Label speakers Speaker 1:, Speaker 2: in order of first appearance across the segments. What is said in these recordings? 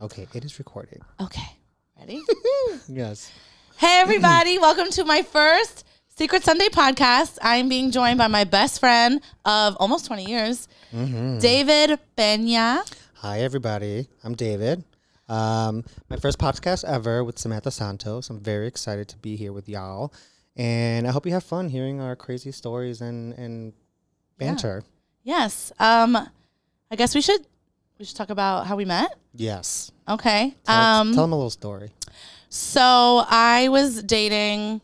Speaker 1: Okay, it is recording.
Speaker 2: Okay, ready?
Speaker 1: Yes.
Speaker 2: hey, everybody, welcome to my first Secret Sunday podcast. I'm being joined by my best friend of almost 20 years,
Speaker 1: Mm-hmm.
Speaker 2: David Pena.
Speaker 1: Hi, everybody. I'm David. Um, my first podcast ever with Samantha Santos. I'm very excited to be here with y'all, and I hope you have fun hearing our crazy stories and and banter.
Speaker 2: Yes, um, I guess we should we should talk about how we met.
Speaker 1: Yes.
Speaker 2: Okay,
Speaker 1: Tell,
Speaker 2: um,
Speaker 1: tell them a little story.
Speaker 2: So I was dating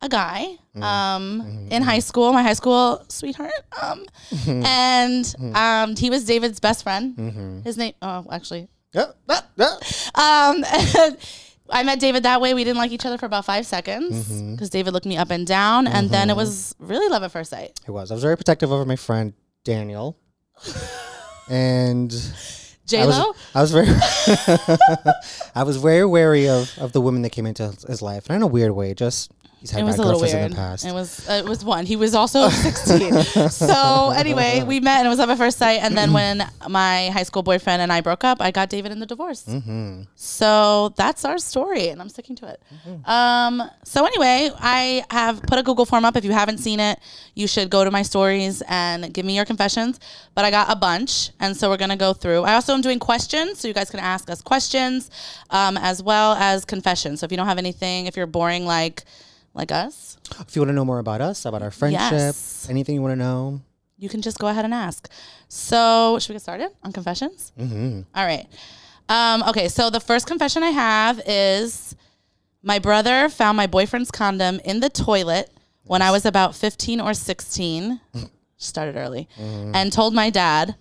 Speaker 2: a guy
Speaker 1: Mm.
Speaker 2: um,
Speaker 1: Mm-hmm.
Speaker 2: in high school, my high school sweetheart, um, and
Speaker 1: Mm-hmm.
Speaker 2: um, he was David's best friend.
Speaker 1: Mm.
Speaker 2: His name, oh, actually,
Speaker 1: Yeah, yeah, yeah.
Speaker 2: um, I met David that way. We didn't like each other for about five seconds because
Speaker 1: Mm-hmm.
Speaker 2: David looked me up and down, and then it was really love at first sight.
Speaker 1: It was. Mm-hmm. I was very protective over my friend Daniel, and
Speaker 2: J
Speaker 1: I
Speaker 2: Lo,
Speaker 1: was, I was very, I was very wary of, of the women that came into his- his life, and in a weird way, just he's
Speaker 2: it
Speaker 1: had
Speaker 2: was
Speaker 1: bad
Speaker 2: a little
Speaker 1: girlfriends in
Speaker 2: weird.
Speaker 1: the past.
Speaker 2: It was uh, it was one. He was also sixteen. so anyway, we met and it was love at first sight. And then when my high school boyfriend and I broke up, I got David in the divorce. So that's our story, and I'm sticking to it. Um, so anyway, I have put a Google form up. If you haven't seen it, you should go to my stories and give me your confessions. But I got a bunch, and so we're gonna go through. I also am doing questions, so you guys can ask us questions, um, as well as confessions. So if you don't have anything, if you're boring like like us,
Speaker 1: If you want to know more about us, about our friendship,
Speaker 2: Yes.
Speaker 1: anything you want to know,
Speaker 2: you can just go ahead and ask. So, should we get started on confessions? Mm-hmm. right. Um, okay. So, the first confession I have is my brother found my boyfriend's condom in the toilet when I was about 15 or 16, started early,
Speaker 1: Mm-hmm.
Speaker 2: and told my dad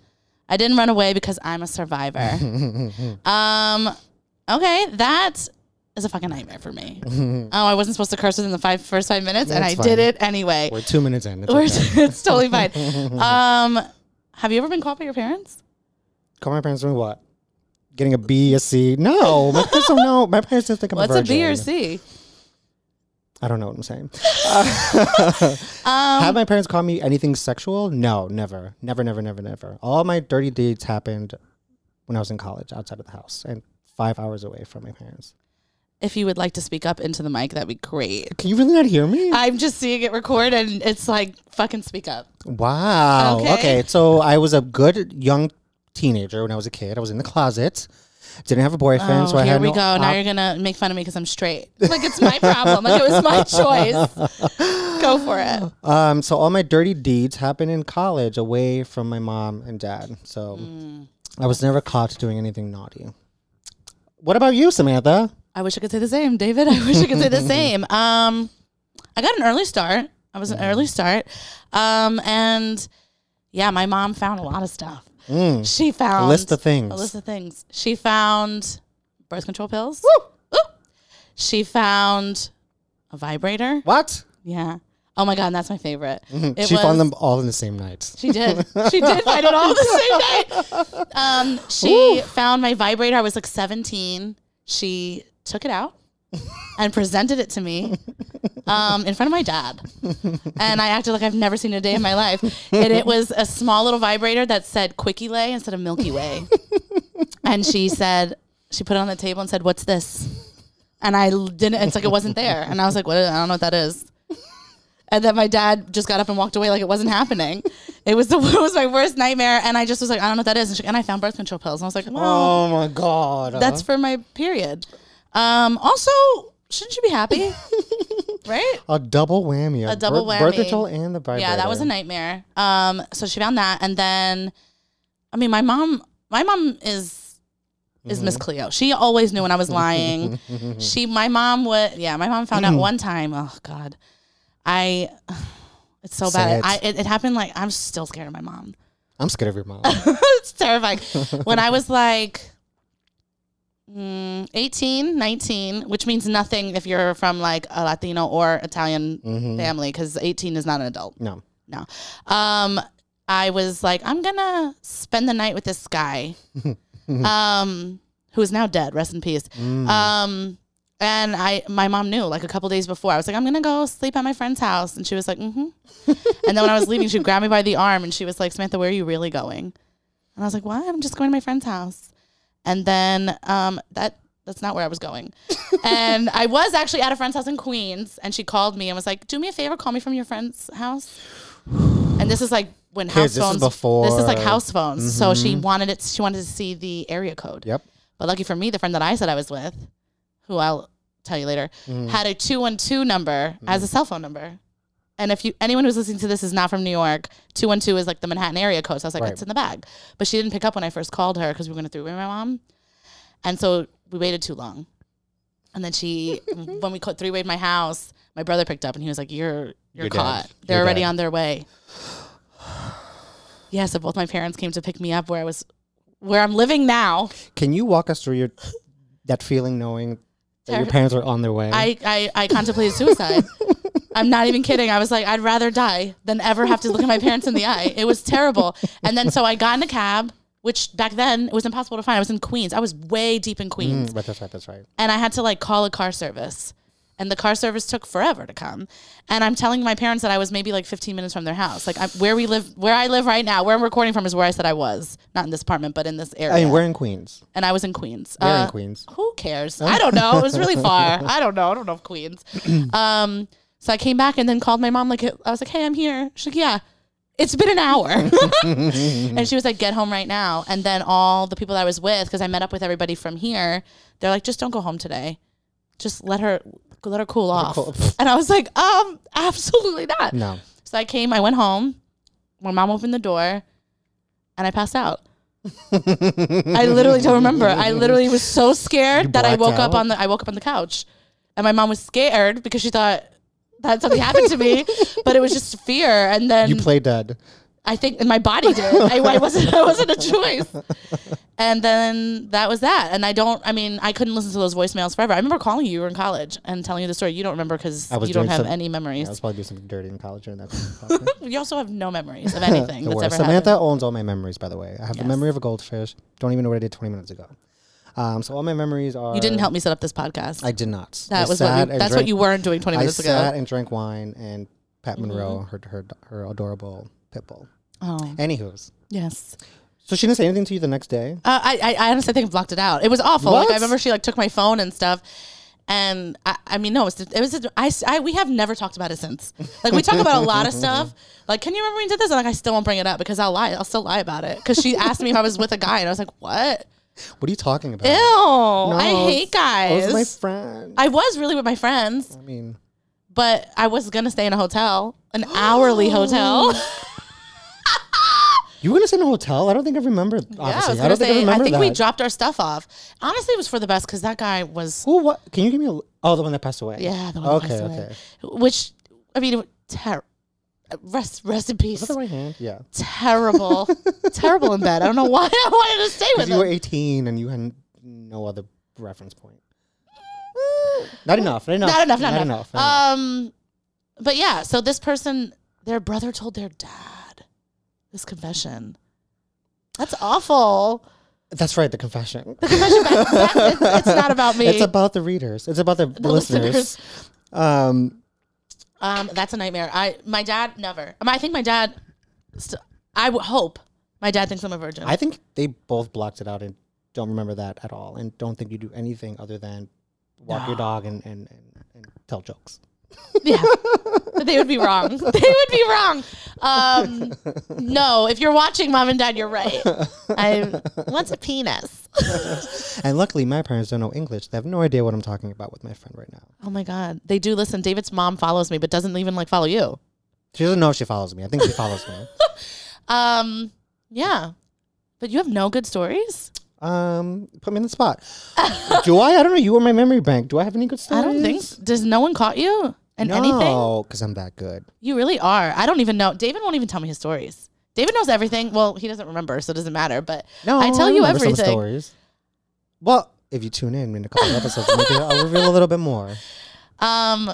Speaker 2: I didn't run away because I'm a survivor. um, okay. That is a fucking nightmare for me. oh, I wasn't supposed to curse within the five, first five minutes, and I
Speaker 1: That's
Speaker 2: did
Speaker 1: fine.
Speaker 2: it anyway.
Speaker 1: we're two minutes in. It's
Speaker 2: We're-
Speaker 1: okay.
Speaker 2: it's totally fine. Um, have you ever been caught by your parents?
Speaker 1: Call my parents doing what? Getting a B, a C? No, my parents don't know. My parents just think I'm
Speaker 2: What's
Speaker 1: a
Speaker 2: a
Speaker 1: virgin.
Speaker 2: B or C?
Speaker 1: I don't know what I'm saying. Have my parents call me anything sexual? No, never, never, never, never, never. All my dirty deeds happened when I was in college, outside of the house, and five hours away from my parents.
Speaker 2: If you would like to speak up into the mic, that'd be great.
Speaker 1: Can you really not hear me?
Speaker 2: I'm just seeing it record, and it's like fucking speak up.
Speaker 1: Wow.
Speaker 2: Okay.
Speaker 1: Okay. So I was a good young teenager when I was a kid. I was in the closet. Didn't have a boyfriend,
Speaker 2: Oh,
Speaker 1: so I
Speaker 2: here
Speaker 1: had
Speaker 2: we
Speaker 1: no
Speaker 2: go. now
Speaker 1: op-
Speaker 2: you're gonna make fun of me because I'm straight. Like it's my problem. like it was my choice. Go for it.
Speaker 1: Um, so all my dirty deeds happened in college, away from my mom and dad. So
Speaker 2: Mm.
Speaker 1: I was never caught doing anything naughty. What about you, Samantha?
Speaker 2: I wish I could say the same, David. I wish I could say the same. Um, I got an early start. I was an
Speaker 1: Mm.
Speaker 2: early start. Um, and yeah, my mom found a lot of stuff. She found
Speaker 1: Mm. A list of things.
Speaker 2: A list of things. She found birth control pills. Woo! She found a vibrator.
Speaker 1: What?
Speaker 2: Yeah. Oh my god, and that's my favorite. It
Speaker 1: Mm-hmm. she
Speaker 2: was-
Speaker 1: found them all in the same night.
Speaker 2: she did. She did find it all the same day. Um, she found my vibrator. I was like 17. She took it out and presented it to me um, in front of my dad. And I acted like I've never seen it a day in my life. And it was a small little vibrator that said Quickie Lay instead of Milky Way. and she said, she put it on the table and said, What's this? And I l- didn't, it's like it wasn't there. And I was like, What? I don't know what that is and then my dad just got up and walked away like it wasn't happening. It was the it was my worst nightmare, and I just was like, I don't know what that is. And, she- and I found birth control pills, and I was like, wow,
Speaker 1: Oh my god.
Speaker 2: that's for my period. Um, also, shouldn't you be happy, right?
Speaker 1: a double whammy. A,
Speaker 2: double
Speaker 1: birth-
Speaker 2: whammy.
Speaker 1: Birth control and the vibrator.
Speaker 2: Yeah, that was a nightmare. Um, so she found that, and then, I mean, my mom, my mom is is Miss
Speaker 1: Mm-hmm.
Speaker 2: Cleo. She always knew when I was lying. she, my mom would, yeah, my mom found out one time. Oh God, I, it's so
Speaker 1: Say
Speaker 2: bad.
Speaker 1: it.
Speaker 2: I it, it happened like I'm still scared of my mom.
Speaker 1: I'm scared of your mom.
Speaker 2: it's terrifying. when I was like. mm, 18, 19, which means nothing if you're from like a Latino or Italian family, because 18 is not an adult
Speaker 1: no.
Speaker 2: no. Um, I was like, I'm gonna spend the night with this guy, um, who is now dead. Rest in peace.
Speaker 1: Mm.
Speaker 2: Um, and I, my mom knew like a couple days before. I was like, I'm gonna go sleep at my friend's house, and she was like, mm-hmm. and then when I was leaving, she grabbed me by the arm and she was like, Samantha, where are you really going? And I was like, what? I'm just going to my friend's house. And then um, that that's not where I was going. and I was actually at a friend's house in Queens, and she called me and was like, "Do me a favor, call me from your friend's house." And this is like when house
Speaker 1: this is
Speaker 2: phones.
Speaker 1: before-
Speaker 2: This is like house phones. So she wanted it. She wanted to see the area code.
Speaker 1: Yep.
Speaker 2: But lucky for me, the friend that I said I was with, who I'll tell you later,
Speaker 1: Mm.
Speaker 2: had a 212 number as a cell phone number. And if you anyone who's listening to this is not from New York, 212 is like the Manhattan area code. So I was like,
Speaker 1: Right.
Speaker 2: it's in the bag. But she didn't pick up when I first called her because we were going to three-way my mom. And so we waited too long. And then she, when we caught three-way my house, my brother picked up and he was like, you're, you're,
Speaker 1: You're dead.
Speaker 2: caught. They're
Speaker 1: You're
Speaker 2: already
Speaker 1: dead.
Speaker 2: on their way. Yeah, so both my parents came to pick me up where I was, where I'm living now.
Speaker 1: Can you walk us through your that feeling knowing that your
Speaker 2: Terri-
Speaker 1: parents are on their way?
Speaker 2: I, I, I contemplated suicide. I'm not even kidding. I was like, I'd rather die than ever have to look at my parents in the eye. It was terrible. And then so I got in a cab, which back then it was impossible to find. I was in Queens. I was way deep in Queens.
Speaker 1: Mm, right, that's right. That's right.
Speaker 2: And I had to like call a car service. And the car service took forever to come. And I'm telling my parents that I was maybe like 15 minutes from their house. Like I, where we live, where I live right now, where I'm recording from is where I said I was. Not in this apartment, but in this area.
Speaker 1: I mean, we're in Queens.
Speaker 2: and I was in Queens.
Speaker 1: We're
Speaker 2: Uh,
Speaker 1: in Queens.
Speaker 2: who cares? I don't know. It was really far. I don't know. I don't know if Queens. um, so I came back and then called my mom. Like I was like, "Hey, I'm here." She's like, "Yeah." It's been an hour, and she was like, "Get home right now." And then all the people that I was with, because I met up with everybody from here, they're like, "Just don't go home today. Just let her let her cool off."
Speaker 1: cool-
Speaker 2: And I was like, "Um, absolutely not."
Speaker 1: No.
Speaker 2: So I came. I went home. My mom opened the door, and I passed out. I literally don't remember. I literally was so scared that I
Speaker 1: blacked
Speaker 2: woke up
Speaker 1: out?
Speaker 2: on the I woke up on the couch, and my mom was scared because she thought that something happened to me, but it was just fear. And then
Speaker 1: You play dead.
Speaker 2: I think and my body did. I, I wasn't. I wasn't a choice. And then that was that. And I don't. I mean, I couldn't listen to those voicemails forever. I remember calling you. You were in college and telling you the story. You don't remember because
Speaker 1: I was
Speaker 2: you don't
Speaker 1: doing
Speaker 2: have
Speaker 1: some-
Speaker 2: any memories.
Speaker 1: I was probably doing something dirty in college during that time.
Speaker 2: You also have no memories of anything
Speaker 1: The
Speaker 2: that's
Speaker 1: worst.
Speaker 2: ever
Speaker 1: Samantha
Speaker 2: happened.
Speaker 1: owns all my memories, by the way. I have the
Speaker 2: Yes.
Speaker 1: memory of a goldfish. Don't even know what I did 20 minutes ago. Um, so all my memories are.
Speaker 2: You didn't help me set up this podcast.
Speaker 1: uh, I did not.
Speaker 2: that
Speaker 1: I
Speaker 2: was what
Speaker 1: sat
Speaker 2: we,
Speaker 1: and
Speaker 2: that's what
Speaker 1: drank-
Speaker 2: you weren't doing 20
Speaker 1: I
Speaker 2: minutes
Speaker 1: sat
Speaker 2: ago. Mm-hmm.
Speaker 1: and drank wine and Pat Monroe, her, her her adorable pit bull.
Speaker 2: Oh,
Speaker 1: Anywho's.
Speaker 2: yes.
Speaker 1: So she didn't say anything to you the next day.
Speaker 2: Uh, I, I I honestly think I blocked it out. It was awful. Like
Speaker 1: What?
Speaker 2: I remember she like took my phone and stuff. And I, I mean, no, it was, it was, I, I, we have never talked about it since. Like, we talk about a lot of stuff. Like, can you remember when you did this? And like, I still won't bring it up because I'll lie. I'll still lie about it. Cause she asked me if I was with a guy and I was like, what?
Speaker 1: What are you talking about?
Speaker 2: Ew. I hate
Speaker 1: I
Speaker 2: guys.
Speaker 1: was my friend. I,
Speaker 2: I was really with my friends.
Speaker 1: mean,
Speaker 2: but I was gonna stay in a hotel, an hourly hotel.
Speaker 1: you were gonna stay in a hotel. I don't think I remember. Obviously,
Speaker 2: yeah, I was
Speaker 1: I
Speaker 2: gonna
Speaker 1: don't think I
Speaker 2: say. I
Speaker 1: remember
Speaker 2: think
Speaker 1: that.
Speaker 2: we dropped our stuff off. Honestly, it was for the best because that guy was
Speaker 1: Who? What? Can you give me? A, oh, the one that passed away.
Speaker 2: yeah the one okay,
Speaker 1: Okay,
Speaker 2: passed away.
Speaker 1: okay.
Speaker 2: Which I mean, ter- rest rest in
Speaker 1: Is
Speaker 2: peace.
Speaker 1: that the right hand? Yeah.
Speaker 2: Terrible, terrible in bed. I don't know why I wanted to stay with
Speaker 1: Because you were
Speaker 2: him.
Speaker 1: 18 and you had no other reference point. Not enough. Oh, Not enough.
Speaker 2: Not enough. Not, enough.
Speaker 1: enough, not enough.
Speaker 2: Um, but yeah, so this person, their brother told their dad this confession. That's awful.
Speaker 1: That's right. The confession.
Speaker 2: confession back, back- it's, it's not about me.
Speaker 1: It's about the readers. It's about the, listeners.
Speaker 2: listeners.
Speaker 1: Um,
Speaker 2: um, that's a nightmare. I my dad never. I, mean, I think my dad. St- I would hope my dad thinks I'm a virgin.
Speaker 1: I think they both blocked it out and don't remember that at all, and don't think you do anything other than walk your dog and and, and, and tell jokes.
Speaker 2: yeah, But they would be wrong. They would be wrong. Um, no, if you're watching, mom and dad, you're right. I what's a penis?
Speaker 1: And luckily, my parents don't know English. They have no idea what I'm talking about with my friend right now.
Speaker 2: oh my god, they do listen. David's mom follows me, but doesn't even like follow you.
Speaker 1: She doesn't know if she follows me. I think she follows me.
Speaker 2: Um, yeah, but you have no good stories.
Speaker 1: Um, put me in the spot. do I? I don't know. You were my memory bank. Do I have any good
Speaker 2: I
Speaker 1: stories?
Speaker 2: don't think. Does no one caught you? And
Speaker 1: no,
Speaker 2: anything?
Speaker 1: because I'm that good.
Speaker 2: You really are. I don't even know. David won't even tell me his stories. David knows everything. Well, he doesn't remember, so it doesn't matter. But
Speaker 1: No,
Speaker 2: I tell you
Speaker 1: remember some
Speaker 2: everything.
Speaker 1: stories. Well, if you tune in in a couple episodes, maybe I'll reveal a little bit more.
Speaker 2: Um,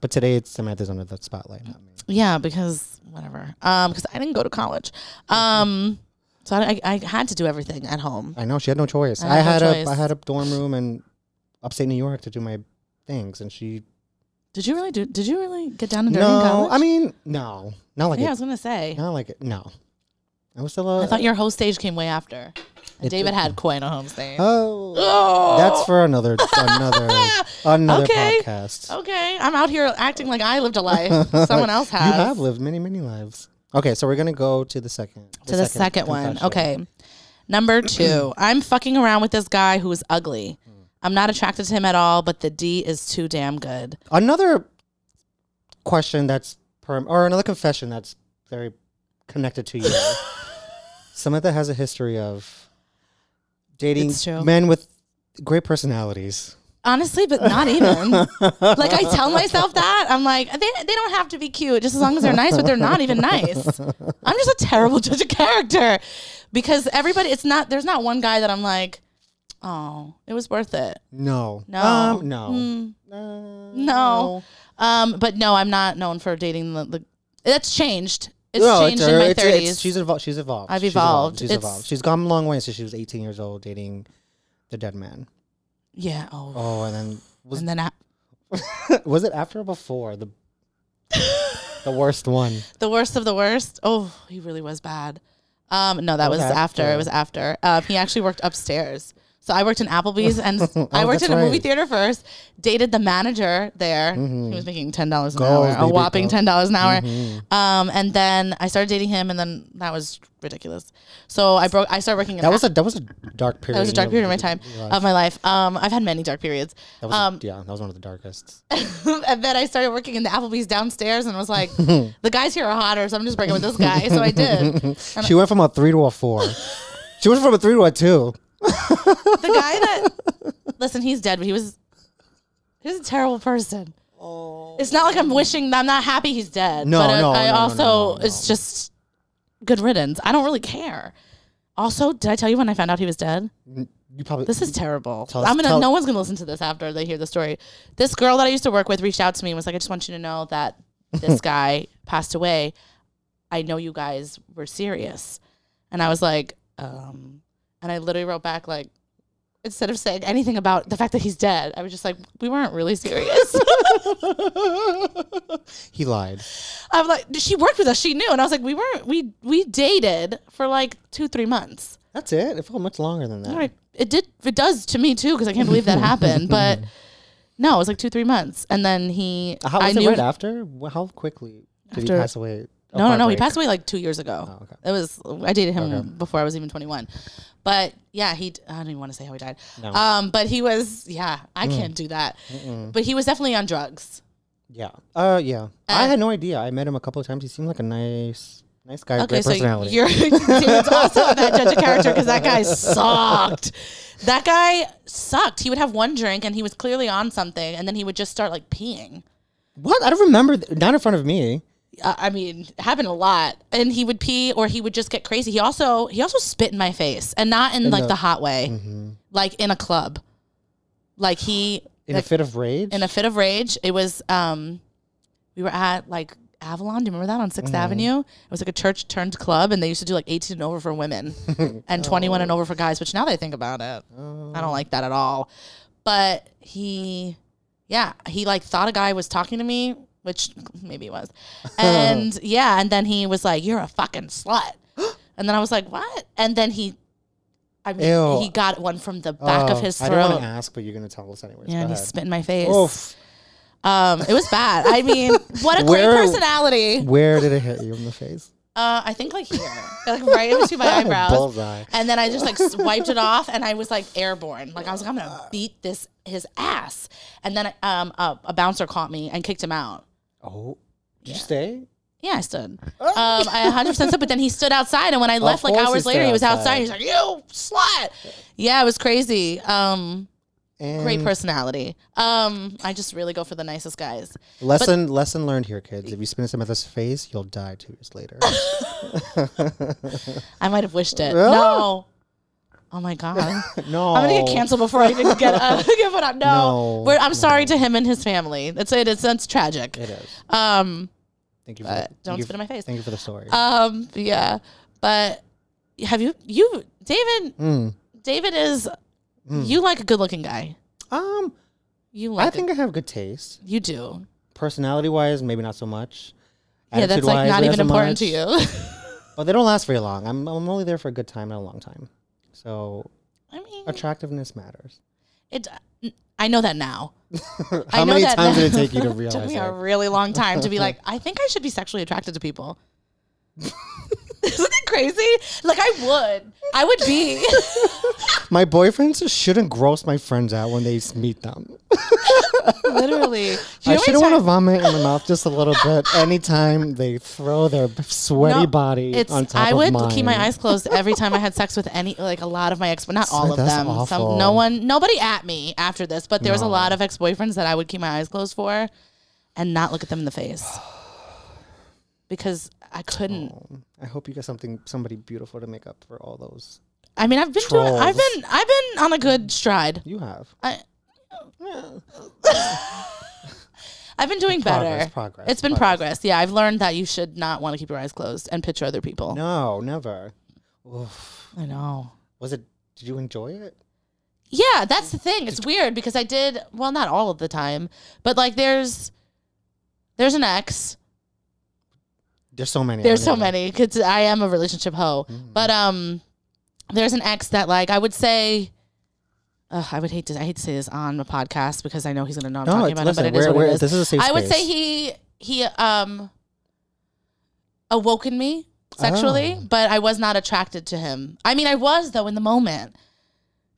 Speaker 1: But today it's Samantha's under the spotlight, not me.
Speaker 2: yeah, because whatever. Um, because I didn't go to college. Um, so I, I, I had to do everything at home.
Speaker 1: I know she had no choice.
Speaker 2: I
Speaker 1: I,
Speaker 2: had
Speaker 1: had
Speaker 2: no
Speaker 1: a
Speaker 2: choice.
Speaker 1: I had a dorm room in upstate New York to do my things, and she
Speaker 2: Did you really do? Did you really get down and dirty in
Speaker 1: no.
Speaker 2: college?
Speaker 1: I mean, no, not like
Speaker 2: yeah, I
Speaker 1: it.
Speaker 2: was gonna say.
Speaker 1: Not like it. No, I was still a.
Speaker 2: I thought your home stage came way after. And
Speaker 1: It
Speaker 2: David had quite a home stage.
Speaker 1: oh,
Speaker 2: oh,
Speaker 1: that's for another another another
Speaker 2: Okay.
Speaker 1: podcast.
Speaker 2: Oh, okay. I'm out here acting like I lived a life. Someone else has.
Speaker 1: You have lived many many lives. Okay, so we're gonna go to the second.
Speaker 2: to the second, one.
Speaker 1: confession.
Speaker 2: Okay. Number two, I'm fucking around with this guy who is ugly. I'm not attracted to him at all, but the D is too damn good.
Speaker 1: Another question that's perm or another confession that's very connected to you. Samantha has a history of dating
Speaker 2: It's true.
Speaker 1: men with great personalities.
Speaker 2: Honestly, but not even. like I tell myself that. I'm like, they, they don't have to be cute, just as long as they're nice, but they're not even nice. I'm just a terrible judge of character. Because everybody it's not there's not one guy that I'm like, oh, it was worth it.
Speaker 1: No.
Speaker 2: No.
Speaker 1: Um, no.
Speaker 2: Mm.
Speaker 1: Uh,
Speaker 2: No. Um, but no, I'm not known for dating the, the that's changed. It's
Speaker 1: No,
Speaker 2: changed in my
Speaker 1: it's- it's-
Speaker 2: thirties.
Speaker 1: she's evolved. She's evolved.
Speaker 2: I've
Speaker 1: She's
Speaker 2: evolved.
Speaker 1: She's
Speaker 2: It's-
Speaker 1: evolved. She's gone a long way since she was 18 years old dating the dead man.
Speaker 2: Yeah. Oh.
Speaker 1: Oh, and then was
Speaker 2: And then I,
Speaker 1: was it after or before the the worst one?
Speaker 2: the worst of the worst. Oh, he really was bad. Um, no, that was,
Speaker 1: was
Speaker 2: after.
Speaker 1: after.
Speaker 2: It was after. Um, he actually worked upstairs. So I worked in Applebee's and I worked
Speaker 1: Oh, that's
Speaker 2: in a movie
Speaker 1: right.
Speaker 2: theater first. Dated the manager there. He was making ten dollars an
Speaker 1: Goals,
Speaker 2: hour, a
Speaker 1: baby, Mm-hmm.
Speaker 2: whopping
Speaker 1: goals.
Speaker 2: ten dollars an hour. Um, and then I started dating him, and then that was ridiculous. So I broke. I started working. in
Speaker 1: That was a that was a dark period.
Speaker 2: that was a
Speaker 1: in
Speaker 2: dark
Speaker 1: your-
Speaker 2: period of my time
Speaker 1: your life.
Speaker 2: of my life. Um, I've had many dark periods.
Speaker 1: That was,
Speaker 2: um,
Speaker 1: yeah, that was one of the darkest.
Speaker 2: and then I started working in the Applebee's downstairs and was like, the guys here are hotter, so I'm just breaking with this guy. So I did. The
Speaker 1: She went from a three to a four. she went from a three to a two.
Speaker 2: guy that, listen, he's dead, but he was, he was a terrible person. It's not like I'm wishing, I'm not happy he's dead.
Speaker 1: No,
Speaker 2: but I-
Speaker 1: no,
Speaker 2: I
Speaker 1: no, no,
Speaker 2: also,
Speaker 1: no, no,
Speaker 2: it's just good riddance. I don't really care. Also, did I tell you when I found out he was dead?
Speaker 1: You probably
Speaker 2: This is terrible.
Speaker 1: Tell us-
Speaker 2: I'm gonna.
Speaker 1: tell-
Speaker 2: no one's gonna listen to this after they hear the story. This girl that I used to work with reached out to me and was like, "I just want you to know that this guy passed away. I know you guys were serious." And I was like, um, and I literally wrote back like, instead of saying anything about the fact that he's dead, I was just like, "We weren't really serious."
Speaker 1: he lied.
Speaker 2: I'm like, she worked with us. She knew, and I was like, "We weren't. We we dated for like two, three months."
Speaker 1: That's it. It felt much longer than that.
Speaker 2: All right. It did. It does to me too because I can't believe that happened. But no, it was like two, three months, and then he.
Speaker 1: How was
Speaker 2: I
Speaker 1: it
Speaker 2: knew.
Speaker 1: right after? Wh- How quickly did
Speaker 2: After-
Speaker 1: he pass away? of
Speaker 2: no, no, no. He
Speaker 1: heartbreak?
Speaker 2: passed away like two years ago.
Speaker 1: Oh, okay.
Speaker 2: It was. I dated him before I was even twenty-one, but yeah, he. I don't even want to say how he died.
Speaker 1: No. Mm.
Speaker 2: Um, but he was. Yeah, I can't do that. But he was definitely on drugs.
Speaker 1: Yeah. Uh, yeah. I had no idea. I met him a couple of times. He seemed like a nice, nice guy.
Speaker 2: Okay,
Speaker 1: great
Speaker 2: so
Speaker 1: personality.
Speaker 2: you're David's also a bad judge of character because that guy sucked. That guy sucked. He would have one drink and he was clearly on something, and then he would just start like peeing.
Speaker 1: what? I don't remember. Th- not in front of me.
Speaker 2: uh, I mean, it happened a lot. And he would pee, or he would just get crazy. He also he also spit in my face, and not in, like
Speaker 1: the- Mm.
Speaker 2: the hot way, like in a club, like he
Speaker 1: In
Speaker 2: like,
Speaker 1: a fit of rage.
Speaker 2: in a fit of rage. It was um, we were at like Avalon. Do you remember that on 6th
Speaker 1: Mm.
Speaker 2: Avenue? It was like a church turned club, and they used to do like eighteen and over for women, and twenty
Speaker 1: Oh.
Speaker 2: one and over for guys. Which now that I think about it, I
Speaker 1: Mm.
Speaker 2: don't like that at all. But he, yeah, he like thought a guy was talking to me, which maybe he was, and yeah, and then he was like, "You're a fucking slut," and then I was like, "What?" And then he. I mean,
Speaker 1: Ew.
Speaker 2: he got one from the back
Speaker 1: Oh,
Speaker 2: of his
Speaker 1: I don't
Speaker 2: throat.
Speaker 1: want to ask, but you're gonna tell us anyways.
Speaker 2: Yeah,
Speaker 1: Go
Speaker 2: and he
Speaker 1: ahead.
Speaker 2: spit in my face.
Speaker 1: Oof.
Speaker 2: Um, it was bad. I mean, what a great
Speaker 1: Where-
Speaker 2: personality.
Speaker 1: Where did it hit you in the face?
Speaker 2: Uh, I think like here, like right between my eyebrows.
Speaker 1: Bullseye.
Speaker 2: And then I just like swiped it off, and I was like airborne. Like I was like, I'm gonna beat this his ass. And then um, a, a bouncer caught me and kicked him out.
Speaker 1: Oh, did you stay?
Speaker 2: Yeah, I stood. Um, I 100 percent stood, but then he stood outside, and when I left, like
Speaker 1: course he
Speaker 2: hours
Speaker 1: stood
Speaker 2: later, he was outside.
Speaker 1: outside.
Speaker 2: He's like, "You slut!" Yeah, it was crazy. Um,
Speaker 1: And
Speaker 2: great personality. Um, I just really go for the nicest guys.
Speaker 1: lesson lesson learned here, kids. If you spin in Samantha's face, you'll die two years later.
Speaker 2: I might have wished it. No. Oh my god.
Speaker 1: no,
Speaker 2: I'm gonna get canceled before I even get uh, get put out. No,
Speaker 1: Oh. No,
Speaker 2: We're, I'm sorry to him and his family. That's it. It's that's tragic.
Speaker 1: It is.
Speaker 2: Um,
Speaker 1: Thank you. For,
Speaker 2: but
Speaker 1: thank
Speaker 2: don't
Speaker 1: you
Speaker 2: spit
Speaker 1: for-
Speaker 2: in my face.
Speaker 1: Thank you for the story.
Speaker 2: Um, yeah, but have you you David?
Speaker 1: Mm.
Speaker 2: David is you like a good looking guy.
Speaker 1: Um,
Speaker 2: You like
Speaker 1: Hmm. I
Speaker 2: a-
Speaker 1: think I have good taste.
Speaker 2: you do.
Speaker 1: personality wise, maybe not so much.
Speaker 2: Yeah, that's like
Speaker 1: Attitude-wise,
Speaker 2: not
Speaker 1: maybe
Speaker 2: even
Speaker 1: so
Speaker 2: important to
Speaker 1: much.
Speaker 2: you.
Speaker 1: But they don't last very long. I'm, I'm only there for a good time, not a long time. So
Speaker 2: I mean,
Speaker 1: attractiveness matters.
Speaker 2: it. I know that now.
Speaker 1: How
Speaker 2: I know
Speaker 1: many
Speaker 2: that
Speaker 1: times
Speaker 2: now.
Speaker 1: did it take you to
Speaker 2: It took
Speaker 1: realize
Speaker 2: me a
Speaker 1: that?
Speaker 2: really long time to be like, I think I should be sexually attracted to people. Isn't that crazy? Like I would, I would be.
Speaker 1: My boyfriends shouldn't gross my friends out when they s- meet them.
Speaker 2: Literally.
Speaker 1: I should want to vomit in my mouth just a little bit anytime they throw their b- sweaty body on top
Speaker 2: I
Speaker 1: of
Speaker 2: would
Speaker 1: mine.
Speaker 2: keep my eyes closed every time I had sex with any, like a lot of my ex, but not all of
Speaker 1: that's
Speaker 2: them.
Speaker 1: awful.
Speaker 2: Some, no one, nobody at me after this, but there was a
Speaker 1: No.
Speaker 2: lot of ex boyfriends that I would keep my eyes closed for and not look at them in the face because I couldn't.
Speaker 1: I hope you got something, somebody beautiful to make up for all those.
Speaker 2: I mean, I've been doing, I've
Speaker 1: Trolls.
Speaker 2: been, I've been on a good stride.
Speaker 1: You have.
Speaker 2: I,
Speaker 1: Yeah.
Speaker 2: I've been doing
Speaker 1: Progress,
Speaker 2: better.
Speaker 1: progress,
Speaker 2: It's been
Speaker 1: progress.
Speaker 2: progress. Yeah, I've learned that you should not want to keep your eyes closed and picture other people.
Speaker 1: No, never. Oof.
Speaker 2: I know.
Speaker 1: Was it? Did you enjoy it?
Speaker 2: Yeah, that's the
Speaker 1: Mm.
Speaker 2: thing. It's weird because I did well, not all of the time, but like there's there's an ex.
Speaker 1: There's so many. I
Speaker 2: There's
Speaker 1: don't
Speaker 2: so
Speaker 1: even-
Speaker 2: many because I am a relationship hoe.
Speaker 1: Mm.
Speaker 2: But um, there's an ex that like I would say. Ugh, I would hate to. I hate to say this on a podcast because I know he's gonna know I'm
Speaker 1: No,
Speaker 2: talking
Speaker 1: it's,
Speaker 2: about
Speaker 1: listen,
Speaker 2: it. But it is
Speaker 1: we're-
Speaker 2: what
Speaker 1: we're-
Speaker 2: it is.
Speaker 1: this is a safe
Speaker 2: I would
Speaker 1: space.
Speaker 2: say he he um awoken me sexually,
Speaker 1: Oh.
Speaker 2: but I was not attracted to him. I mean, I was though in the moment.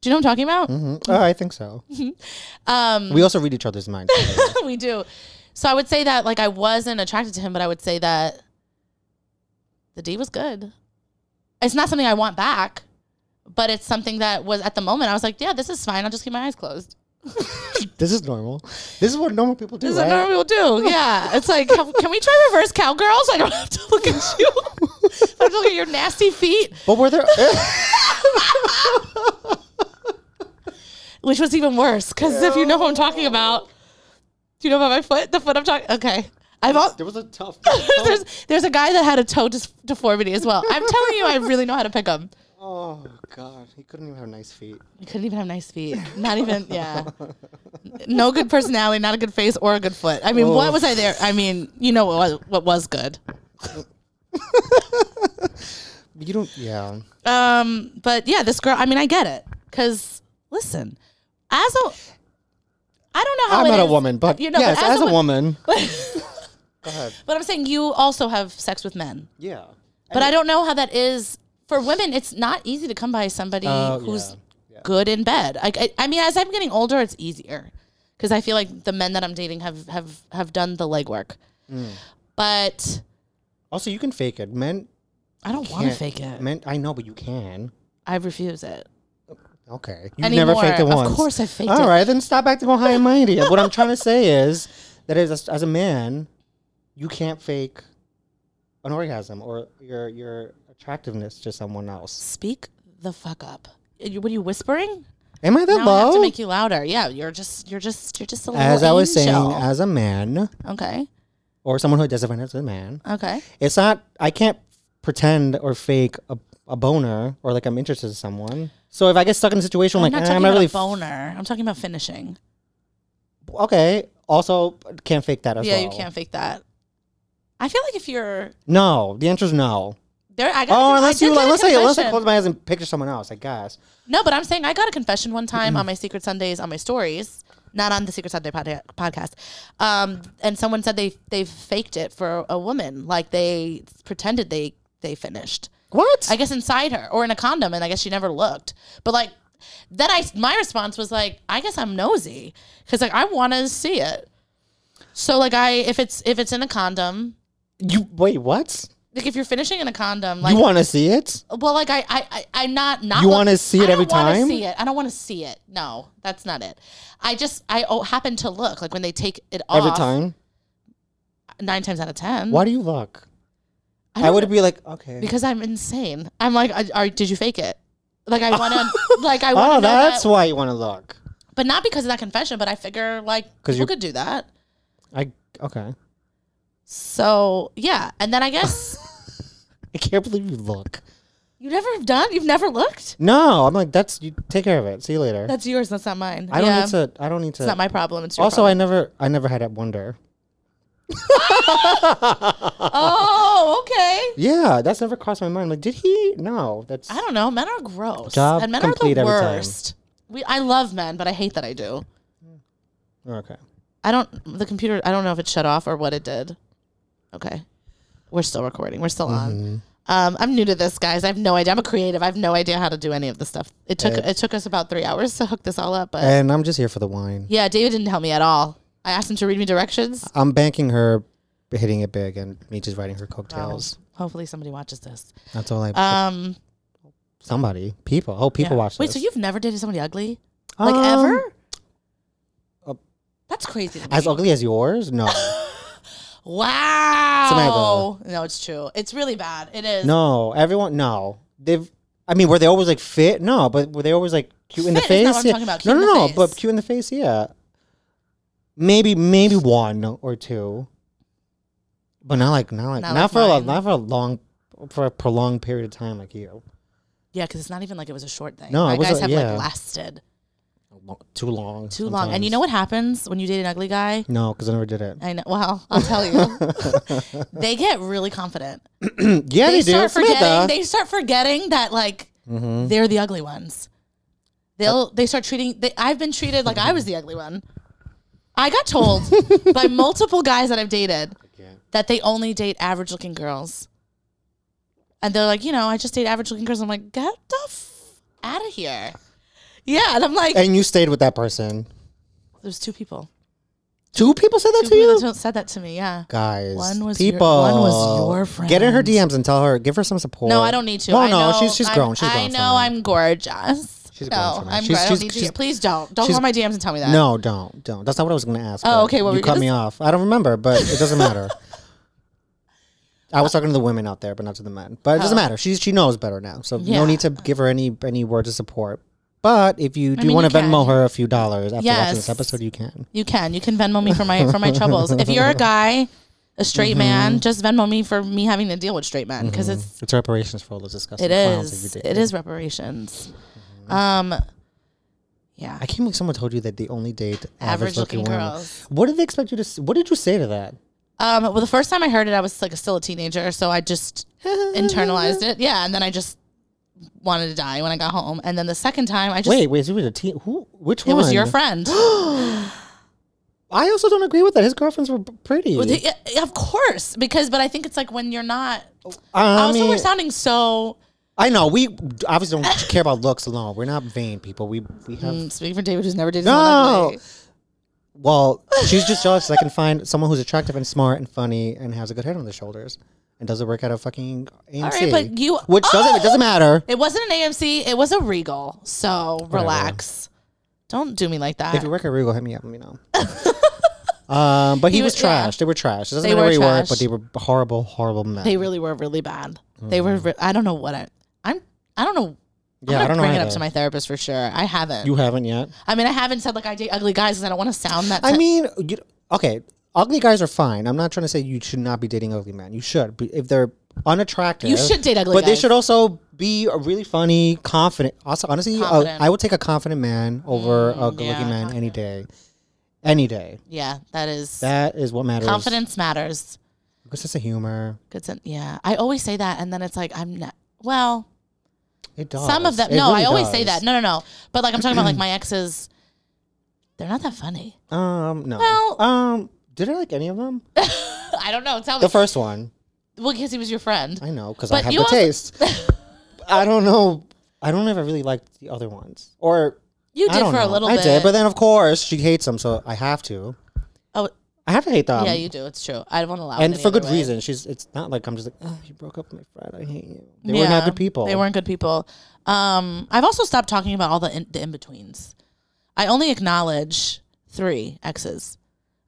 Speaker 2: Do you know what I'm talking about?
Speaker 1: Mhm. Oh, I think so.
Speaker 2: Mm-hmm.
Speaker 1: Mm.
Speaker 2: Um,
Speaker 1: We also read each other's minds. by the way.
Speaker 2: we do. So I would say that like I wasn't attracted to him, but I would say that the D was good. It's not something I want back, but it's something that was at the moment I was like, yeah, this is fine. I'll just keep my eyes closed.
Speaker 1: this is normal. This is what normal people do,
Speaker 2: This is
Speaker 1: right?
Speaker 2: what normal people do. Yeah, it's like, can can we try reverse cowgirl so I don't have to look at you? I have to look at your nasty feet,
Speaker 1: but were there?
Speaker 2: which was even worse because if you know who I'm talking about, do you know about my foot? The foot I'm talking. Okay, I've al-
Speaker 1: there was a tough.
Speaker 2: there's there's a guy that had a toe dis- deformity as well. I'm telling you, I really know how to pick them.
Speaker 1: oh God, he couldn't even have nice feet.
Speaker 2: You couldn't even have nice feet. Not even yeah. No good personality, not a good face, or a good foot. I mean,
Speaker 1: Oh.
Speaker 2: what was I there? I mean, you know what was, what was good.
Speaker 1: You don't. Yeah.
Speaker 2: Um, but yeah, this girl. I mean, I get it. Cause listen, as a, I don't know how
Speaker 1: I'm
Speaker 2: Oh, it
Speaker 1: not a
Speaker 2: is-
Speaker 1: woman, but
Speaker 2: you know,
Speaker 1: yes,
Speaker 2: but
Speaker 1: as, a,
Speaker 2: wo-
Speaker 1: woman. Go ahead.
Speaker 2: But I'm saying you also have sex with men.
Speaker 1: Yeah.
Speaker 2: But I don't know how that is for women. It's not easy to come by somebody
Speaker 1: Oh,
Speaker 2: who's
Speaker 1: yeah, yeah.
Speaker 2: good in bed. Like I, I mean, as I'm getting older, it's easier because I feel like the men that I'm dating have have have done the legwork. But
Speaker 1: Also, you can fake it. Men
Speaker 2: I don't want to
Speaker 1: can't
Speaker 2: fake it.
Speaker 1: Men, I know, but you can.
Speaker 2: I refuse it.
Speaker 1: Okay. You've never
Speaker 2: Anymore.
Speaker 1: faked it
Speaker 2: Of
Speaker 1: once.
Speaker 2: course I faked
Speaker 1: All
Speaker 2: it.
Speaker 1: right, then stop acting all high and mighty. what I'm trying to say is that as, as a man, you can't fake an orgasm or your your attractiveness to someone else.
Speaker 2: Speak the fuck up. You- What are you whispering?
Speaker 1: Am I that
Speaker 2: Now I have to
Speaker 1: low?
Speaker 2: make you louder. Yeah, you're just you're just you're just a little
Speaker 1: As I was
Speaker 2: angel.
Speaker 1: saying, as a man
Speaker 2: okay,
Speaker 1: or someone who identifies as a man,
Speaker 2: okay.
Speaker 1: it's not. I can't pretend or fake a, a boner or like I'm interested in someone. So if I get stuck in a situation
Speaker 2: I'm
Speaker 1: like
Speaker 2: not
Speaker 1: "Eh,
Speaker 2: talking
Speaker 1: I'm not
Speaker 2: about
Speaker 1: really
Speaker 2: a boner. I'm talking about finishing.
Speaker 1: f- okay, also can't fake that as
Speaker 2: Yeah,
Speaker 1: well.
Speaker 2: you can't fake that. I feel like if you're
Speaker 1: No, the answer is no.
Speaker 2: There, I got.
Speaker 1: Oh,
Speaker 2: a,
Speaker 1: unless
Speaker 2: I did
Speaker 1: you
Speaker 2: get a
Speaker 1: unless I unless I
Speaker 2: confession.
Speaker 1: close my eyes and picture someone else, I guess.
Speaker 2: No, but I'm saying I got a confession one time on my Secret Sundays on my stories, not on the Secret Sunday pod- podcast. Um, and someone said they they faked it for a woman, like they pretended they they finished.
Speaker 1: What?
Speaker 2: I guess inside her or in a condom, and I guess she never looked. But like then I my response was like, I guess I'm nosy because like I want to see it. So like I if it's if it's in a condom,
Speaker 1: you wait, what?
Speaker 2: like if you're finishing in a condom, like
Speaker 1: you want to see it?
Speaker 2: Well, like I, I, I I'm not not.
Speaker 1: You
Speaker 2: look-
Speaker 1: wanna see it
Speaker 2: I don't
Speaker 1: every
Speaker 2: wanna
Speaker 1: time?
Speaker 2: See it. I don't want to see it. No, that's not it. I just I oh, happen to look like when they take it off
Speaker 1: Every time?
Speaker 2: mm-hmm. nine times out of ten.
Speaker 1: Why do you look?
Speaker 2: don't
Speaker 1: I, would be like, okay.
Speaker 2: Because I'm insane. I'm like, I, are, did you fake it? Like I want to. like I want to.
Speaker 1: oh, that's
Speaker 2: that,
Speaker 1: why you want to look.
Speaker 2: but not because of that confession. But I figure like
Speaker 1: 'Cause
Speaker 2: people
Speaker 1: you-
Speaker 2: could do that.
Speaker 1: I okay.
Speaker 2: So yeah, and then I guess
Speaker 1: I can't believe you look.
Speaker 2: you never have done. You've never looked.
Speaker 1: No, I'm like that's you take care of it. See you later.
Speaker 2: That's yours. That's not mine.
Speaker 1: I don't
Speaker 2: yeah.
Speaker 1: need to I don't need to
Speaker 2: It's not my problem. It's your
Speaker 1: Also,
Speaker 2: problem.
Speaker 1: I never I never had that wonder.
Speaker 2: oh Oh, okay.
Speaker 1: Yeah, that's never crossed my mind. Like, did he? No, that's
Speaker 2: I don't know. Men are gross.
Speaker 1: Job
Speaker 2: and men
Speaker 1: complete
Speaker 2: are the
Speaker 1: every time.
Speaker 2: worst. We I love men, but I hate that I do.
Speaker 1: okay.
Speaker 2: I don't the computer I don't know if it shut off or what it did. Okay. We're still recording. We're still
Speaker 1: Mm-hmm.
Speaker 2: on. Um, I'm new to this, guys. I have no idea. I'm a creative. I have no idea how to do any of this stuff. It took it took us about three hours to hook this all up, but
Speaker 1: And I'm just here for the wine.
Speaker 2: yeah, David didn't help me at all. I asked him to read me directions.
Speaker 1: I'm banking her hitting it big and me just writing her coattails.
Speaker 2: Hopefully somebody watches this.
Speaker 1: That's all I.
Speaker 2: Um,
Speaker 1: somebody, people. Oh, people
Speaker 2: yeah.
Speaker 1: watch
Speaker 2: Wait,
Speaker 1: this.
Speaker 2: so you've never dated somebody ugly? Like
Speaker 1: Um,
Speaker 2: ever?
Speaker 1: uh,
Speaker 2: That's crazy. to
Speaker 1: As
Speaker 2: me.
Speaker 1: ugly as yours? No,
Speaker 2: wow. No, it's true. It's really bad. It is.
Speaker 1: no. Everyone, no. They've. I mean, were they always like fit? No, but were they always like cute in the
Speaker 2: Fit
Speaker 1: face?
Speaker 2: is not what I'm
Speaker 1: Yeah.
Speaker 2: talking about,
Speaker 1: no,
Speaker 2: cute
Speaker 1: no,
Speaker 2: in the
Speaker 1: no.
Speaker 2: face.
Speaker 1: But cute in the face, yeah. Maybe, maybe one or two, but not like not like
Speaker 2: Not
Speaker 1: not,
Speaker 2: like
Speaker 1: for a
Speaker 2: mine.
Speaker 1: not for a long for a prolonged period of time like you.
Speaker 2: Yeah, because it's not even like it was a short thing.
Speaker 1: No, it
Speaker 2: My
Speaker 1: was
Speaker 2: guys
Speaker 1: a-
Speaker 2: have
Speaker 1: yeah.
Speaker 2: like lasted
Speaker 1: Lo- Too long.
Speaker 2: too long. And you know what happens when you date an ugly guy?
Speaker 1: No, because I never did it.
Speaker 2: I know. Well, I'll tell you, they get really confident.
Speaker 1: yeah,
Speaker 2: They
Speaker 1: they, do. Mm-hmm.
Speaker 2: start forgetting.
Speaker 1: Samantha.
Speaker 2: They start forgetting that like they're the ugly ones. They'll they start treating. They, I've been treated like I was the ugly one. I got told by multiple guys that I've dated
Speaker 1: can't.
Speaker 2: that they only date average looking girls. And they're like, you know, I just date average looking girls. I'm like, get the f- out of here. Yeah. And I'm like,
Speaker 1: and you stayed with that person.
Speaker 2: there's two people.
Speaker 1: Two people said that
Speaker 2: Two
Speaker 1: to
Speaker 2: people
Speaker 1: you.
Speaker 2: that don't- said that to me. Yeah.
Speaker 1: Guys,
Speaker 2: One was your-
Speaker 1: people.
Speaker 2: one was your
Speaker 1: Get in her
Speaker 2: friend.
Speaker 1: DMs and tell her. Give her some support.
Speaker 2: No, I don't need to.
Speaker 1: No,
Speaker 2: I
Speaker 1: no,
Speaker 2: know
Speaker 1: she's she's
Speaker 2: I'm-
Speaker 1: grown. She's
Speaker 2: I
Speaker 1: grown.
Speaker 2: know
Speaker 1: Samantha.
Speaker 2: I'm gorgeous.
Speaker 1: She's grown
Speaker 2: no,
Speaker 1: for me.
Speaker 2: I'm.
Speaker 1: She's-
Speaker 2: I don't
Speaker 1: she's-
Speaker 2: need to
Speaker 1: she's-
Speaker 2: hear- Please don't. Don't
Speaker 1: she's-
Speaker 2: go on my DMs and tell me that.
Speaker 1: No, don't, don't. That's not what I was gonna ask.
Speaker 2: Oh,
Speaker 1: but
Speaker 2: okay, what were
Speaker 1: you
Speaker 2: you
Speaker 1: cut
Speaker 2: gonna
Speaker 1: me off. I don't remember, but it doesn't matter. I was talking to the women out there, but not to the men. But it doesn't matter. She she knows better now, so
Speaker 2: Oh. Yeah.
Speaker 1: no need to give her any any words of support. But if you do
Speaker 2: mean,
Speaker 1: want
Speaker 2: you
Speaker 1: to Venmo
Speaker 2: can.
Speaker 1: her a few dollars after watching this
Speaker 2: Yes.
Speaker 1: episode, you can.
Speaker 2: You can. You can Venmo me for my for my troubles. If you're a guy, a straight
Speaker 1: Mm-hmm.
Speaker 2: man, just Venmo me for me having to deal with straight men because it's
Speaker 1: It's reparations for all those disgusting
Speaker 2: it
Speaker 1: Mm-hmm. clowns Mm-hmm. that you
Speaker 2: is
Speaker 1: dated.
Speaker 2: it is reparations. Um, yeah,
Speaker 1: I can't believe someone told you that they only date
Speaker 2: average looking
Speaker 1: women.
Speaker 2: girls.
Speaker 1: What did they expect you to? s- What did you say to that?
Speaker 2: Um, well, the first time I heard it, I was like still a teenager, so I just internalized it. Yeah, and then I just wanted to die when I got home. And then the second time, I just
Speaker 1: wait, wait, so it was a teen. Who? Which
Speaker 2: it
Speaker 1: one?
Speaker 2: was your friend.
Speaker 1: I also don't agree with that. His girlfriends were p- pretty.
Speaker 2: Well, they- yeah, of course, because but I think it's like when you're not.
Speaker 1: I
Speaker 2: also,
Speaker 1: mean,
Speaker 2: we're sounding so.
Speaker 1: I know we obviously don't care about looks alone. We're not vain people. We we have.
Speaker 2: Mm, speaking for David, who's never dated someone
Speaker 1: No.
Speaker 2: ugly.
Speaker 1: Well, she's just jealous. that I can find someone who's attractive and smart and funny and has a good head on their shoulders and doesn't work at a fucking AMC.
Speaker 2: right, but you- Oh!
Speaker 1: which doesn't it doesn't matter.
Speaker 2: It wasn't an AMC. It was a Regal. So relax. Don't do me like that.
Speaker 1: If you work at Regal, hit me up. Let me know. um, but he,
Speaker 2: He
Speaker 1: was
Speaker 2: was- yeah.
Speaker 1: trash. They were trash. It doesn't
Speaker 2: They
Speaker 1: matter
Speaker 2: were
Speaker 1: where he worked,
Speaker 2: trash.
Speaker 1: but they were horrible, horrible men.
Speaker 2: they really were really bad. They were. Re- I don't know what I. I'm. I don't know.
Speaker 1: Mm. Yeah,
Speaker 2: I'm
Speaker 1: I
Speaker 2: gonna
Speaker 1: don't know
Speaker 2: bring it up
Speaker 1: either.
Speaker 2: to my therapist for sure. I haven't.
Speaker 1: you haven't yet.
Speaker 2: I mean, I haven't said like I date ugly guys because I don't want to sound that.
Speaker 1: I
Speaker 2: sen-
Speaker 1: mean, you, okay, ugly guys are fine. I'm not trying to say you should not be dating ugly men. You should, but if they're unattractive,
Speaker 2: You should date ugly
Speaker 1: But they
Speaker 2: guys.
Speaker 1: should also be a really funny, confident. Also, honestly, uh,
Speaker 2: Confident.
Speaker 1: I would take a confident Mm, man over a good-looking
Speaker 2: yeah,
Speaker 1: man any day. Any day.
Speaker 2: yeah, that is
Speaker 1: That is what matters.
Speaker 2: confidence matters.
Speaker 1: Good sense of humor.
Speaker 2: Good sense. Yeah, I always say that, and then it's like I'm not. Well,
Speaker 1: It does.
Speaker 2: Some of them.
Speaker 1: Oh, It
Speaker 2: No,
Speaker 1: really
Speaker 2: I always
Speaker 1: does.
Speaker 2: say that. No, no, no. But like I'm talking about like my exes. They're not that funny.
Speaker 1: Um, no.
Speaker 2: Well-
Speaker 1: um, did I like any of them?
Speaker 2: I don't know. Tell me.
Speaker 1: The first one,
Speaker 2: well, because he was your friend.
Speaker 1: I know, because I
Speaker 2: But
Speaker 1: have
Speaker 2: you
Speaker 1: the
Speaker 2: also-
Speaker 1: taste. I don't know. I don't know if I really liked the other ones, or
Speaker 2: You
Speaker 1: I
Speaker 2: did
Speaker 1: don't
Speaker 2: for a
Speaker 1: know.
Speaker 2: little
Speaker 1: I
Speaker 2: bit.
Speaker 1: did, but then of course she hates them, so I have to.
Speaker 2: oh,
Speaker 1: I have to hate them.
Speaker 2: yeah, you do. It's true. I won't allow it.
Speaker 1: um, and
Speaker 2: any
Speaker 1: for good
Speaker 2: other way.
Speaker 1: reason. She's. It's not like I'm just like, oh, you broke up with my friend. I hate you. They were not
Speaker 2: Yeah,
Speaker 1: good people.
Speaker 2: They weren't good people. Um, I've also stopped talking about all the in, the in betweens. I only acknowledge three exes.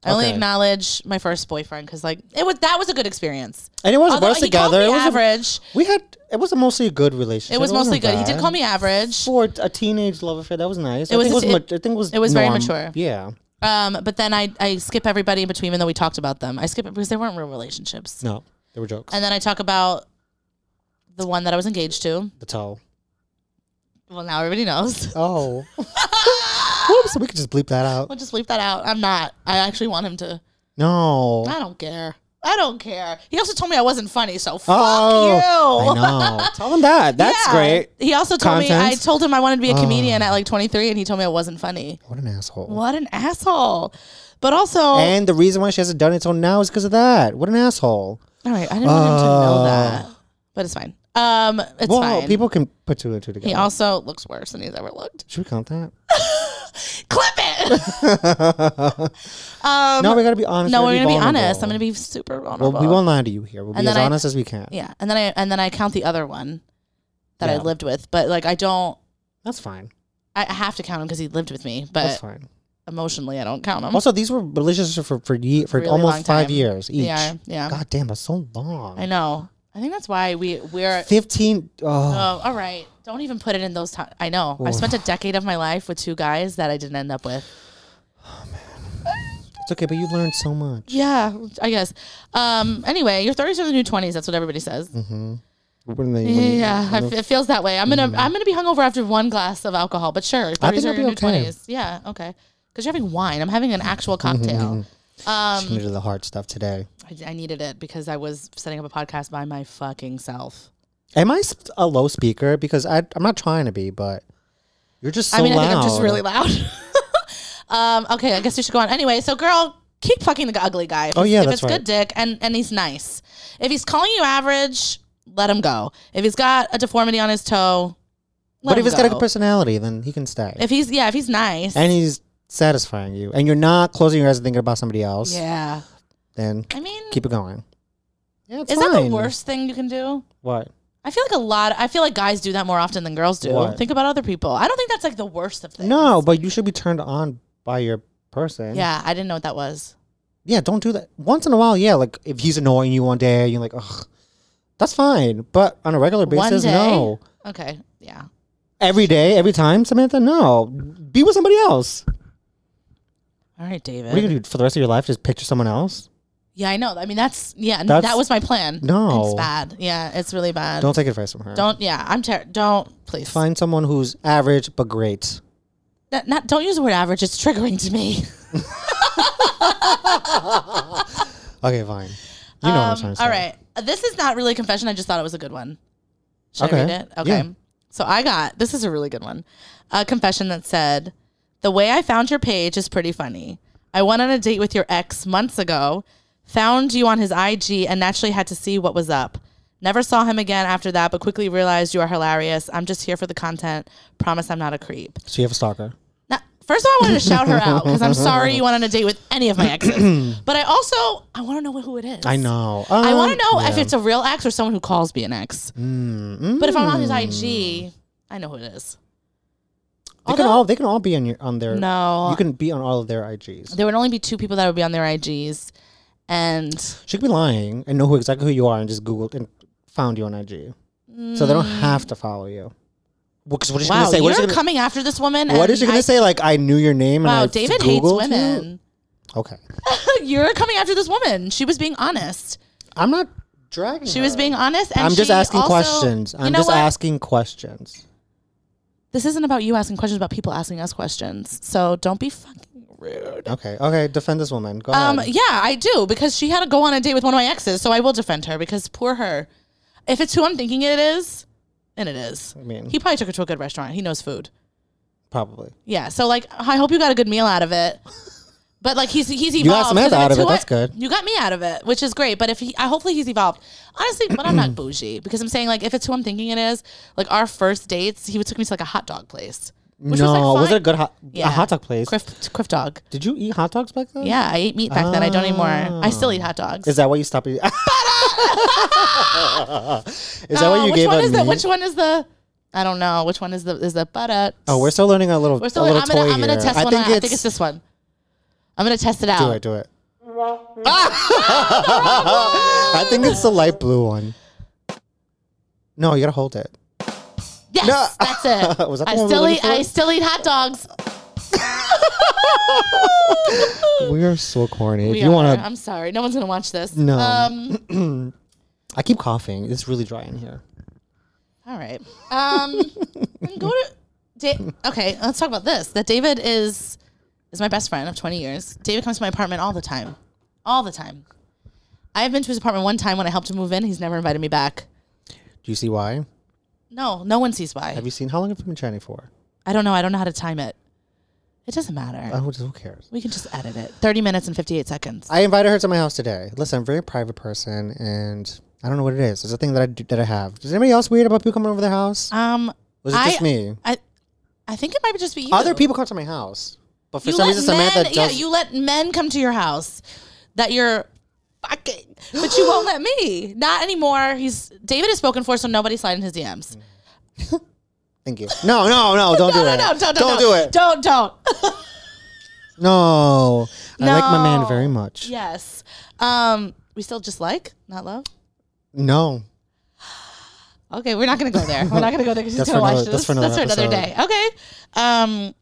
Speaker 2: I only
Speaker 1: Okay.
Speaker 2: acknowledge my first boyfriend because like it was that was a good experience.
Speaker 1: And it wasn't
Speaker 2: Although
Speaker 1: worse
Speaker 2: he called
Speaker 1: together.
Speaker 2: me
Speaker 1: It was a-
Speaker 2: average.
Speaker 1: we had. It was a mostly good relationship.
Speaker 2: it was mostly
Speaker 1: wasn't
Speaker 2: good. He
Speaker 1: bad.
Speaker 2: did call me average.
Speaker 1: for a teenage love affair. That was nice. I
Speaker 2: was
Speaker 1: think
Speaker 2: a-
Speaker 1: it was. ma- I think it was.
Speaker 2: it was very
Speaker 1: norm.
Speaker 2: mature.
Speaker 1: Yeah.
Speaker 2: Um, but then I, I skip everybody in between, even though we talked about them. I skip it because they weren't real relationships.
Speaker 1: No, they were jokes.
Speaker 2: And then I talk about the one that I was engaged to.
Speaker 1: the towel.
Speaker 2: Well, now everybody knows.
Speaker 1: Oh. Whoops, we could just bleep that out.
Speaker 2: We'll just leave that out. I'm not. I actually want him to.
Speaker 1: No.
Speaker 2: I don't care. I don't care. He also told me I wasn't funny, so fuck
Speaker 1: Oh,
Speaker 2: Ah, you.
Speaker 1: I know.
Speaker 3: Tell him that. That's
Speaker 2: Yeah.
Speaker 3: great.
Speaker 2: He also told me I
Speaker 1: Content. Oh.
Speaker 2: told him I wanted to be a comedian at like 23, and he told me I wasn't funny.
Speaker 1: What an asshole.
Speaker 2: What an asshole! But also,
Speaker 1: And the reason why she hasn't done it till now is because of that. What an asshole.
Speaker 2: all right, I didn't want him to know that, but it's fine. Um, it's
Speaker 1: Oh. well,
Speaker 2: fine.
Speaker 1: people can put two and two together.
Speaker 2: he also looks worse than he's ever looked.
Speaker 1: Should we count that?
Speaker 2: Clip it. Um,
Speaker 1: no, we gotta be honest.
Speaker 2: no,
Speaker 1: we
Speaker 2: we're gonna
Speaker 1: gotta
Speaker 2: be honest.
Speaker 1: vulnerable.
Speaker 2: I'm gonna be super vulnerable.
Speaker 1: Well, we won't lie to you here. We'll be
Speaker 2: And
Speaker 1: as
Speaker 2: then I-
Speaker 1: honest as we can.
Speaker 2: Yeah, and then I and then I count the other one that I
Speaker 1: Yeah.
Speaker 2: lived with, but like I don't.
Speaker 1: That's fine.
Speaker 2: I I have to count him because he lived with me,
Speaker 1: That's
Speaker 2: but
Speaker 1: fine.
Speaker 2: emotionally I don't count him.
Speaker 1: Also, these were relationships for for, ye- for
Speaker 2: Really long
Speaker 1: almost five
Speaker 2: time.
Speaker 1: years each.
Speaker 2: Yeah, yeah.
Speaker 1: God damn, that's so long.
Speaker 2: I know. I think that's why we we're.
Speaker 1: Fifteen. Oh,
Speaker 2: Oh, all right. Don't even put it in those times. I know. I've spent a decade of my life with two guys that I didn't end up with.
Speaker 1: it's okay, but you learned so much.
Speaker 2: Yeah, I guess. Um. Anyway, your thirties are the new twenties. That's what everybody says.
Speaker 1: When they- when you- Mm-hmm.
Speaker 2: Yeah, I f- it feels that way. I'm gonna I'm gonna be hungover after one glass of alcohol, but sure,
Speaker 1: I'll
Speaker 2: thirties are
Speaker 1: be
Speaker 2: your new
Speaker 1: okay.
Speaker 2: twenties. Yeah, okay. Because you're having wine. I'm having an actual
Speaker 1: Mm-hmm,
Speaker 2: cocktail. um,
Speaker 1: She can do the hard stuff today.
Speaker 2: I, I needed it because I was setting up a podcast by my fucking self.
Speaker 1: Am I sp- a low speaker? Because I, I'm not trying to be, but you're just so
Speaker 2: I mean,
Speaker 1: loud.
Speaker 2: I think I'm just really loud. um, okay, I guess we should go on. Anyway, so girl, keep fucking the ugly guy. If
Speaker 1: Oh,
Speaker 2: it's-
Speaker 1: yeah,
Speaker 2: if
Speaker 1: that's
Speaker 2: it's good dick and and he's nice. If he's calling you average, let him go. If he's got a deformity on his toe, let
Speaker 1: But
Speaker 2: him
Speaker 1: if it's
Speaker 2: go.
Speaker 1: got a good personality, then he can stay.
Speaker 2: if he's yeah, if he's nice,
Speaker 1: and he's satisfying you, and you're not closing your eyes and thinking about somebody else,
Speaker 2: yeah.
Speaker 1: then
Speaker 2: I mean,
Speaker 1: keep it going. Yeah, it's
Speaker 2: is that the
Speaker 1: fine.
Speaker 2: worst thing you can do?
Speaker 1: What?
Speaker 2: I feel like a lot. I feel like guys do that more often than girls do.
Speaker 1: What?
Speaker 2: Think about other people. I don't think that's like the worst of things.
Speaker 1: No, but you should be turned on by your person.
Speaker 2: Yeah, I didn't know what that was.
Speaker 1: Yeah, don't do that. Once in a while, yeah, like if he's annoying you one day, you're like, ugh, that's fine. But on a regular
Speaker 2: One
Speaker 1: basis,
Speaker 2: day?
Speaker 1: no.
Speaker 2: Okay. Yeah.
Speaker 1: Every day, every time, Samantha, no. Be with somebody else.
Speaker 2: All right, David.
Speaker 1: What are you gonna do for the rest of your life? Just picture someone else?
Speaker 2: Yeah, I know. I mean, that's yeah. n-
Speaker 1: That's-
Speaker 2: that was my plan.
Speaker 1: No.
Speaker 2: it's bad. Yeah, it's really bad. Don't.
Speaker 1: Don't take advice from her.
Speaker 2: yeah, I'm ter- Don't please.
Speaker 1: Find someone who's average but great.
Speaker 2: Not, not- don't use the word average. It's triggering to me.
Speaker 1: Okay, fine. You know what I'm trying to say.
Speaker 2: Um, All right, Uh, this is not really a confession. I just thought it was a good one. Should
Speaker 1: Okay.
Speaker 2: I read it? Okay.
Speaker 1: Yeah.
Speaker 2: So I got this is a really good one. A confession that said, "The way I found your page is pretty funny. I went on a date with your ex months ago, found you on his IG, and naturally had to see what was up." Never saw him again after that, but quickly realized you are hilarious. I'm just here for the content. Promise I'm not a creep.
Speaker 1: So you have a stalker.
Speaker 2: Now, first of all, I wanted to shout her out because I'm sorry you went on a date with any of my exes. but I also I want to know who it is.
Speaker 1: I know.
Speaker 2: I want to
Speaker 1: Um,
Speaker 2: know if
Speaker 1: yeah. Mm-hmm.
Speaker 2: it's a real ex or someone who calls me an ex. But if I'm on his IG, I know who it is.
Speaker 1: They can all they can all be on your on their.
Speaker 2: No.
Speaker 1: you can be on all of their IGs.
Speaker 2: There would only be two people that would be on their IGs, and
Speaker 1: She could be lying and know who exactly who you are and just Googled and found you on IG, so they don't have to follow you. Because what is she
Speaker 2: wow,
Speaker 1: gonna say? What
Speaker 2: you're
Speaker 1: is she gonna,
Speaker 2: coming after this woman.
Speaker 1: what
Speaker 2: and
Speaker 1: is she gonna
Speaker 2: I-
Speaker 1: say? Like I knew your name and
Speaker 2: Wow,
Speaker 1: I
Speaker 2: David
Speaker 1: Googled
Speaker 2: hates
Speaker 1: you?"
Speaker 2: women.
Speaker 1: Okay,
Speaker 2: you're coming after this woman. She was being honest.
Speaker 1: I'm not dragging.
Speaker 2: She
Speaker 1: her.
Speaker 2: was being honest, and
Speaker 1: I'm just
Speaker 2: she
Speaker 1: asking
Speaker 2: also-
Speaker 1: questions.
Speaker 2: you
Speaker 1: I'm
Speaker 2: know
Speaker 1: just
Speaker 2: what?
Speaker 1: asking questions.
Speaker 2: This isn't about you asking questions, about people asking us questions. So don't be fucking rude.
Speaker 1: Okay, okay. Defend this woman. Go
Speaker 2: Um,
Speaker 1: ahead.
Speaker 2: yeah, I do because she had to go on a date with one of my exes, so I will defend her because poor her. If it's who I'm thinking it is, then it is.
Speaker 1: I mean,
Speaker 2: He probably took her to a good restaurant. He knows food.
Speaker 1: probably.
Speaker 2: Yeah, so like I hope you got a good meal out of it. But like he's he's evolved.
Speaker 1: got Samantha
Speaker 2: 'cause if
Speaker 1: out of
Speaker 2: it's
Speaker 1: it,
Speaker 2: who I-
Speaker 1: that's good.
Speaker 2: You got me out of it, which is great. But if he, I hopefully he's evolved. Honestly, but I'm not bougie because I'm saying like if it's who I'm thinking it is, like our first dates, he would took me to like a hot dog place. Which
Speaker 1: no,
Speaker 2: was, like,
Speaker 1: was it
Speaker 2: fine.
Speaker 1: a good hot,
Speaker 2: Yeah.
Speaker 1: a hot dog place?
Speaker 2: Criff, Criff dog.
Speaker 1: Did you eat hot dogs back then?
Speaker 2: Yeah, I ate meat back then. I don't anymore. I still eat hot dogs.
Speaker 1: Is that why you stopped? Eating? is that
Speaker 2: Uh,
Speaker 1: why you
Speaker 2: which
Speaker 1: gave
Speaker 2: one
Speaker 1: up
Speaker 2: is
Speaker 1: meat?
Speaker 2: the which one is the I don't know which one is the is the but uh,
Speaker 1: Oh, we're still learning a little.
Speaker 2: we're still
Speaker 1: a little
Speaker 2: I'm gonna
Speaker 1: toy
Speaker 2: I'm gonna
Speaker 1: here.
Speaker 2: test
Speaker 1: I
Speaker 2: one
Speaker 1: Think
Speaker 2: out.
Speaker 1: it's,
Speaker 2: I think it's this one. I'm gonna test it out.
Speaker 1: Do it. Do it. I think it's the light blue one. No, you gotta hold it.
Speaker 2: Yes,
Speaker 1: No.
Speaker 2: that's it.
Speaker 1: Was that the
Speaker 2: I
Speaker 1: one we were
Speaker 2: still
Speaker 1: looking
Speaker 2: eat I
Speaker 1: for?
Speaker 2: still eat hot dogs.
Speaker 1: We are so corny.
Speaker 2: We
Speaker 1: if you
Speaker 2: are.
Speaker 1: want to,
Speaker 2: I'm sorry. No one's gonna watch this.
Speaker 1: No.
Speaker 2: Um,
Speaker 1: I keep coughing. It's really dry in here.
Speaker 2: all right. Um, then go to. Da- okay, let's talk about this. That David is is my best friend of 20 years. David comes to my apartment all the time, all the time. I've been to his apartment one time when I helped him move in. He's never invited me back.
Speaker 1: Do you see why?
Speaker 2: No, no one sees why.
Speaker 1: Have you seen how long have you been chatting for?
Speaker 2: I don't know. I don't know how to time it. It doesn't matter.
Speaker 1: Oh, who cares?
Speaker 2: we can just edit it. 30 minutes and 58 seconds.
Speaker 1: I invited her to my house today. Listen, I'm a very private person, and I don't know what it is. It's a thing that I do, that I have. Is anybody else weird about people coming over their house?
Speaker 2: Um,
Speaker 1: Was it
Speaker 2: I-
Speaker 1: just me?
Speaker 2: I, I think it might just be you.
Speaker 1: Other people come to my house, but for
Speaker 2: You
Speaker 1: some
Speaker 2: let
Speaker 1: reason
Speaker 2: men,
Speaker 1: Samantha
Speaker 2: yeah,
Speaker 1: does.
Speaker 2: you let men come to your house that you're fucking, but you won't let me. Not anymore. He's David is spoken for, so nobody's slide in his DMs.
Speaker 1: Thank you. No, no, no! Don't
Speaker 2: no,
Speaker 1: do
Speaker 2: no,
Speaker 1: it.
Speaker 2: no, don't, don't,
Speaker 1: do it.
Speaker 2: Don't, don't.
Speaker 1: No. I like my man
Speaker 2: No.
Speaker 1: very much.
Speaker 2: yes. Um, we still just like, not love.
Speaker 1: No.
Speaker 2: Okay, we're not gonna go there. We're not gonna go there because she's
Speaker 1: That's
Speaker 2: gonna
Speaker 1: for
Speaker 2: watch
Speaker 1: another-
Speaker 2: this.
Speaker 1: that's for another
Speaker 2: day. Okay. Um,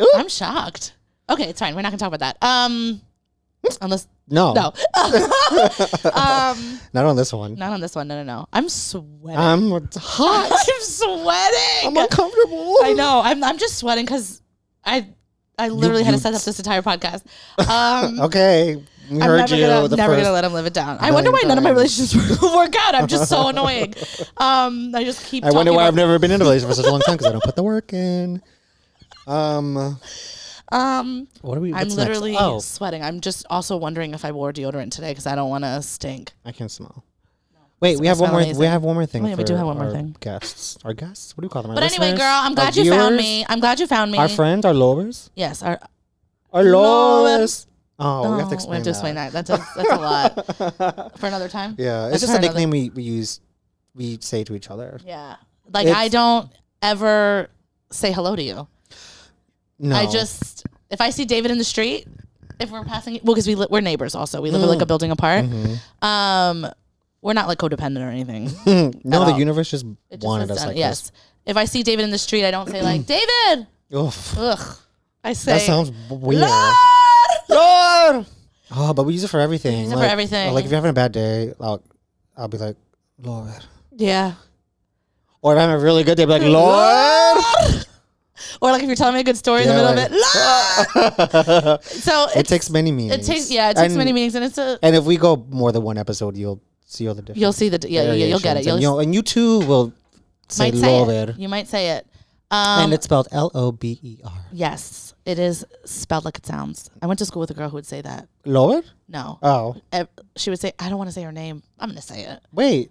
Speaker 1: Ooh.
Speaker 2: I'm shocked. Okay, it's fine. We're not gonna talk about that. Um, unless
Speaker 1: No.
Speaker 2: no, um,
Speaker 1: Not on this one.
Speaker 2: not on this one. No, no, no. I'm sweating.
Speaker 1: I'm hot.
Speaker 2: I'm sweating.
Speaker 1: I'm uncomfortable.
Speaker 2: I know. I'm I'm just sweating because I I literally had to set up this entire podcast. Um,
Speaker 1: Okay. We
Speaker 2: I'm
Speaker 1: heard
Speaker 2: never
Speaker 1: you.
Speaker 2: gonna
Speaker 1: the
Speaker 2: never
Speaker 1: 1st
Speaker 2: gonna let him live it down. I wonder why
Speaker 1: million
Speaker 2: none of my
Speaker 1: times.
Speaker 2: relationships work out. I'm just so annoying. Um, I just keep.
Speaker 1: I wonder
Speaker 2: talking
Speaker 1: why I've
Speaker 2: about-
Speaker 1: never been in a relationship for such a long time because I don't put the work in. Um,
Speaker 2: Um,
Speaker 1: what are we?
Speaker 2: I'm
Speaker 1: what's next?
Speaker 2: literally
Speaker 1: Oh,
Speaker 2: sweating. I'm just also wondering if I wore deodorant today because I don't want to stink.
Speaker 1: I can smell. Wait, we have one
Speaker 2: smell
Speaker 1: more. We
Speaker 2: amazing.
Speaker 1: have one more thing.
Speaker 2: Oh, yeah, we
Speaker 1: for
Speaker 2: do have one more
Speaker 1: our
Speaker 2: thing.
Speaker 1: Guests, our guests. What do you call them? Our
Speaker 2: But anyway,
Speaker 1: listeners?
Speaker 2: girl, I'm
Speaker 1: Our
Speaker 2: glad you found
Speaker 1: viewers?
Speaker 2: me. I'm glad you found me.
Speaker 1: Our friends, our lovers,
Speaker 2: yes, our.
Speaker 1: our lovers.
Speaker 2: Lovers.
Speaker 1: Oh, we have to
Speaker 2: Oh,
Speaker 1: explain.
Speaker 2: we have to explain
Speaker 1: that.
Speaker 2: that. That's a, that's a lot for another time.
Speaker 1: Yeah, it's
Speaker 2: That's
Speaker 1: just
Speaker 2: for
Speaker 1: a
Speaker 2: another-
Speaker 1: nickname we, we use. We say to each other.
Speaker 2: Yeah. Like
Speaker 1: It's-
Speaker 2: I don't ever say hello to you.
Speaker 1: No,
Speaker 2: I just if I see David in the street, if we're passing, well, because we li- we're neighbors also. We live in like
Speaker 1: Mm.
Speaker 2: a building apart.
Speaker 1: Mm-hmm.
Speaker 2: Um, we're not like codependent or anything. It
Speaker 1: no. The
Speaker 2: all.
Speaker 1: universe just,
Speaker 2: just
Speaker 1: wanted us
Speaker 2: was done-
Speaker 1: like
Speaker 2: yes. If I see David in the street, I don't say like David.
Speaker 1: this. Oof,
Speaker 2: Ugh. I say
Speaker 1: that sounds weird.
Speaker 2: "Lord!"
Speaker 1: Lord. Oh, but we use it for everything.
Speaker 2: use it for
Speaker 1: like,
Speaker 2: everything.
Speaker 1: Like if you're having a bad day, I'll, I'll be like, Lord.
Speaker 2: Yeah.
Speaker 1: Or if I'm a really good day, I'll be like, Lord.
Speaker 2: Or like if you're telling me a good story in
Speaker 1: Yeah,
Speaker 2: the middle
Speaker 1: like- "Ah!"
Speaker 2: of it. "Lord!" so
Speaker 1: it
Speaker 2: it's,
Speaker 1: takes many meanings.
Speaker 2: it takes yeah, it takes
Speaker 1: and,
Speaker 2: many meanings and it's a
Speaker 1: And if we go more than one episode, you'll see all the different.
Speaker 2: you'll see the yeah, yeah, yeah you'll get it.
Speaker 1: variations. And,
Speaker 2: You'll
Speaker 1: you'll, and you too will say
Speaker 2: might say
Speaker 1: Lord.
Speaker 2: it. You might say it.
Speaker 1: and
Speaker 2: Um,
Speaker 1: it's spelled L O B E R.
Speaker 2: yes, it is spelled like it sounds. I went to school with a girl who would say that.
Speaker 1: Lord?
Speaker 2: No,
Speaker 1: Oh,
Speaker 2: Ev- she would say, "I don't want to say her name. I'm gonna say it."
Speaker 1: wait.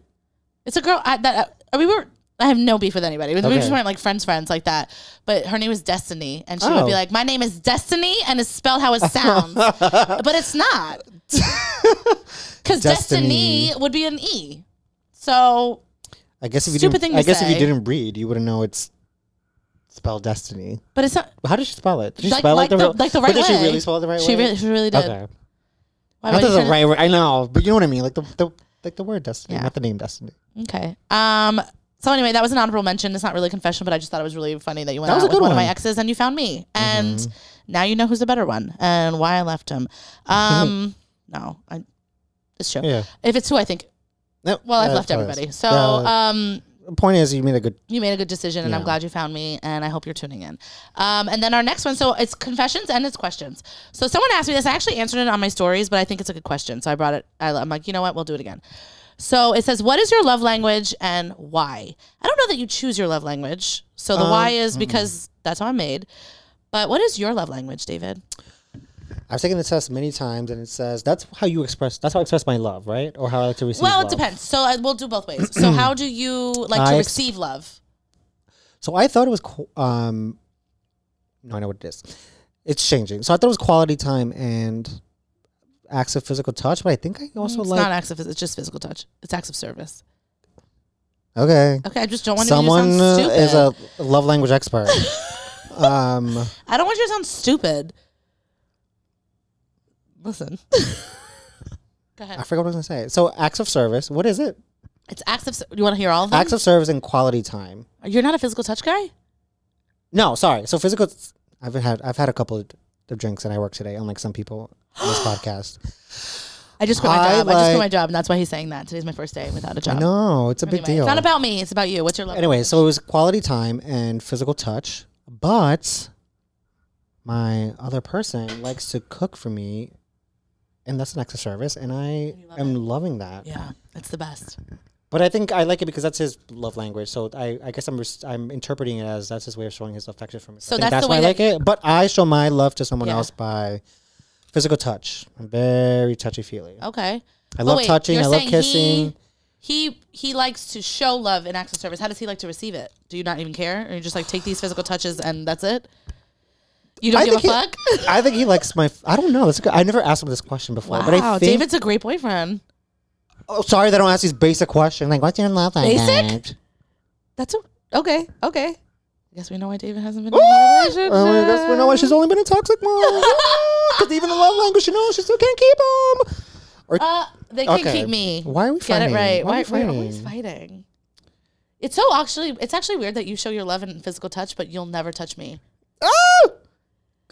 Speaker 2: It's a girl I, that I, we were. I have no beef with anybody. We we
Speaker 1: Okay.
Speaker 2: just weren't like friends, friends like that. But her name was Destiny, and she
Speaker 1: Oh.
Speaker 2: would be like, "My name is Destiny," and it's spelled how it sounds, but it's not because
Speaker 1: Destiny.
Speaker 2: Destiny. would be an e. So
Speaker 1: I guess if you
Speaker 2: Stupid
Speaker 1: didn't,
Speaker 2: thing
Speaker 1: I
Speaker 2: to
Speaker 1: guess if you
Speaker 2: say.
Speaker 1: didn't read, you wouldn't know it's spelled destiny.
Speaker 2: But it's not
Speaker 1: But How did she spell it? Did she
Speaker 2: Like-
Speaker 1: spell it
Speaker 2: like the-
Speaker 1: real-
Speaker 2: like the
Speaker 1: but
Speaker 2: right
Speaker 1: did she
Speaker 2: way.
Speaker 1: really spell it the right
Speaker 2: she
Speaker 1: way?
Speaker 2: really, she really did.
Speaker 1: Okay.
Speaker 2: Why
Speaker 1: not
Speaker 2: would you
Speaker 1: the
Speaker 2: turn it-
Speaker 1: right word. I know, but you know what I mean. Like the, the like the word destiny,
Speaker 2: Yeah.
Speaker 1: not the name destiny.
Speaker 2: Okay. Um. So anyway, that was an honorable mention. It's not really a confession, but I just thought it was really funny that you went
Speaker 1: That was a
Speaker 2: out with
Speaker 1: good
Speaker 2: one, of
Speaker 1: one. Mm-hmm.
Speaker 2: my exes and you found me, and now you know who's the better one and why I left him. Um. no, I, it's true.
Speaker 1: Yeah.
Speaker 2: If it's who I think,
Speaker 1: No,
Speaker 2: well, I've
Speaker 1: uh,
Speaker 2: left
Speaker 1: that's-
Speaker 2: everybody. So,
Speaker 1: Yeah.
Speaker 2: um,
Speaker 1: The point is, you made a good.
Speaker 2: you made a good decision, and I'm
Speaker 1: Yeah.
Speaker 2: glad you found me, and I hope you're tuning in. Um, and then our next one, so it's confessions and it's questions. So someone asked me this. I actually answered it on my stories, but I think it's a good question, so I brought it. I, I'm like, you know what? We'll do it again. So it says, "What is your love language and why?" I don't know that you choose your love language. So the
Speaker 1: Um,
Speaker 2: why is because that's how I'm made. But what is your love language, David?
Speaker 1: I've taken the test many times, and it says that's how you express. That's how I express my love, right? Or how I like to receive.
Speaker 2: well, it
Speaker 1: love.
Speaker 2: depends. So I, we'll do both ways. So how do you like to
Speaker 1: I ex-
Speaker 2: receive love?
Speaker 1: So I thought it was. qu- Um, no, I know what it is. It's changing. So I thought it was quality time and acts of physical touch, but I think I also
Speaker 2: Mm, it's
Speaker 1: like.
Speaker 2: not acts of it's just physical touch. It's acts of service.
Speaker 1: okay.
Speaker 2: Okay, I just don't want
Speaker 1: Someone
Speaker 2: you to sound
Speaker 1: uh,
Speaker 2: stupid.
Speaker 1: is a love language expert. um,
Speaker 2: I don't want you to sound stupid. Listen. Go ahead.
Speaker 1: I forgot what I was gonna say. So acts of service. What is it?
Speaker 2: It's acts of. You want to hear all of them?
Speaker 1: Acts of service and quality time.
Speaker 2: You're not a physical touch guy.
Speaker 1: No, sorry. So physical. I've had I've had a couple of drinks and I work today, unlike some people on this podcast.
Speaker 2: I just quit my
Speaker 1: I
Speaker 2: job. I just
Speaker 1: like-
Speaker 2: quit my job, and that's why he's saying that. Today's my first day without a job.
Speaker 1: No, it's a big
Speaker 2: Anyway,
Speaker 1: deal.
Speaker 2: It's not about me. It's about you. What's your love?
Speaker 1: anyway, so it was quality time and physical touch, but my other person likes to cook for me and that's an extra service, and I
Speaker 2: you love
Speaker 1: am
Speaker 2: it.
Speaker 1: loving that.
Speaker 2: Yeah, it's the best.
Speaker 1: But I think I like it because that's his love language. So I, I guess I'm res- I'm interpreting it as that's his way of showing his affection for me.
Speaker 2: So
Speaker 1: I think
Speaker 2: that's the
Speaker 1: why
Speaker 2: way
Speaker 1: I like it. But I show my love to someone
Speaker 2: Yeah.
Speaker 1: else by physical touch. I'm very touchy feely.
Speaker 2: Okay. Oh,
Speaker 1: I love
Speaker 2: wait,
Speaker 1: touching.
Speaker 2: you're
Speaker 1: I love
Speaker 2: saying
Speaker 1: kissing.
Speaker 2: He, he he likes to show love in acts of service. How does he like to receive it? Do you not even care, or you just like take these physical touches and that's it? You don't
Speaker 1: I
Speaker 2: give a
Speaker 1: think
Speaker 2: fuck.
Speaker 1: he, I think he likes my. F- I don't know. That's a good, I never asked him this question before. But I
Speaker 2: Wow,
Speaker 1: think.
Speaker 2: David's a great boyfriend.
Speaker 1: oh, sorry that I don't ask these basic questions. Like, what's your love
Speaker 2: Basic?
Speaker 1: language?
Speaker 2: That's a, okay. Okay. I guess we know why David hasn't been.
Speaker 1: Ooh!
Speaker 2: in a relationship.
Speaker 1: Oh, I guess we know why she's only been in toxic mom. Because even the love language, you know, she still can't keep him.
Speaker 2: Uh, they can
Speaker 1: Okay.
Speaker 2: keep me.
Speaker 1: Why are we
Speaker 2: Get
Speaker 1: fighting?
Speaker 2: it right.
Speaker 1: Why
Speaker 2: Why,
Speaker 1: are we
Speaker 2: we're always fighting. It's so actually. It's actually weird that you show your love and physical touch, but you'll never touch me.
Speaker 1: Oh!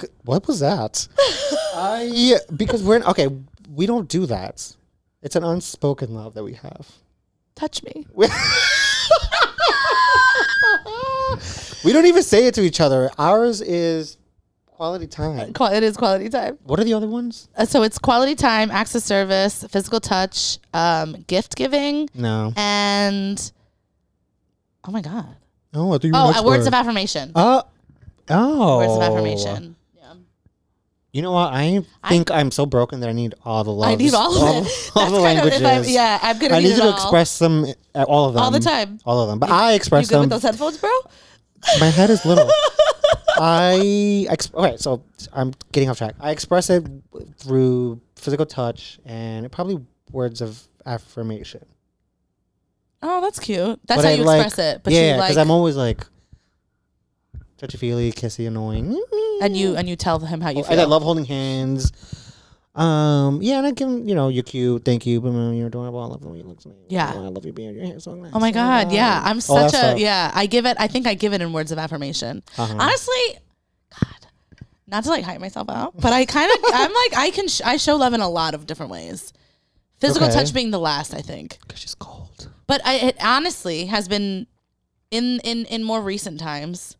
Speaker 1: C- What was that? I yeah, because we're in, okay. We don't do that. It's an unspoken love that we have.
Speaker 2: Touch me.
Speaker 1: We, we don't even say it to each other. Ours is quality time.
Speaker 2: Qua- It is quality time.
Speaker 1: What are the other ones?
Speaker 2: Uh, so it's quality time, access service, physical touch, um, gift giving,
Speaker 1: No.
Speaker 2: and oh my god,
Speaker 1: Oh, I thought you
Speaker 2: oh,
Speaker 1: were
Speaker 2: uh, words of affirmation.
Speaker 1: uh, oh.
Speaker 2: Words of affirmation. Yeah.
Speaker 1: You know what? I think I, am so broken that I need all the love.
Speaker 2: I need all of it.
Speaker 1: All, the
Speaker 2: That's kind of-
Speaker 1: languages.
Speaker 2: if I'm- yeah, I'm gonna
Speaker 1: I
Speaker 2: need,
Speaker 1: need
Speaker 2: it
Speaker 1: you to
Speaker 2: all.
Speaker 1: express them, uh, all of them.
Speaker 2: All the time.
Speaker 1: All of them. But I
Speaker 2: You
Speaker 1: express
Speaker 2: good
Speaker 1: them.
Speaker 2: with those headphones, bro?
Speaker 1: My head is little. I ex- okay, so I'm getting off track. I express it through physical touch and probably words of affirmation.
Speaker 2: Oh, that's cute. That's
Speaker 1: But
Speaker 2: how
Speaker 1: I
Speaker 2: you
Speaker 1: like-
Speaker 2: express it. But
Speaker 1: yeah,
Speaker 2: you like,
Speaker 1: I'm always like touchy feely, kissy, annoying.
Speaker 2: and you and you tell him how you feel.
Speaker 1: And Oh, I love holding hands. Um, yeah, and I give 'em, you know, you're cute, thank you, but you're adorable. I love the way you look at me.
Speaker 2: Yeah.
Speaker 1: I love your beard. Your hair's so nice.
Speaker 2: Oh my god, yeah. I'm
Speaker 1: All that
Speaker 2: such a
Speaker 1: stuff.
Speaker 2: yeah. I give it. I think I give it in words of affirmation.
Speaker 1: Uh-huh.
Speaker 2: Honestly, God, not to like hype myself out, but I kind of I'm like I can sh- I show love in a lot of different ways. Physical
Speaker 1: Okay.
Speaker 2: touch being the last, I think.
Speaker 1: Because she's cold.
Speaker 2: But I, it honestly has been in in in more recent times.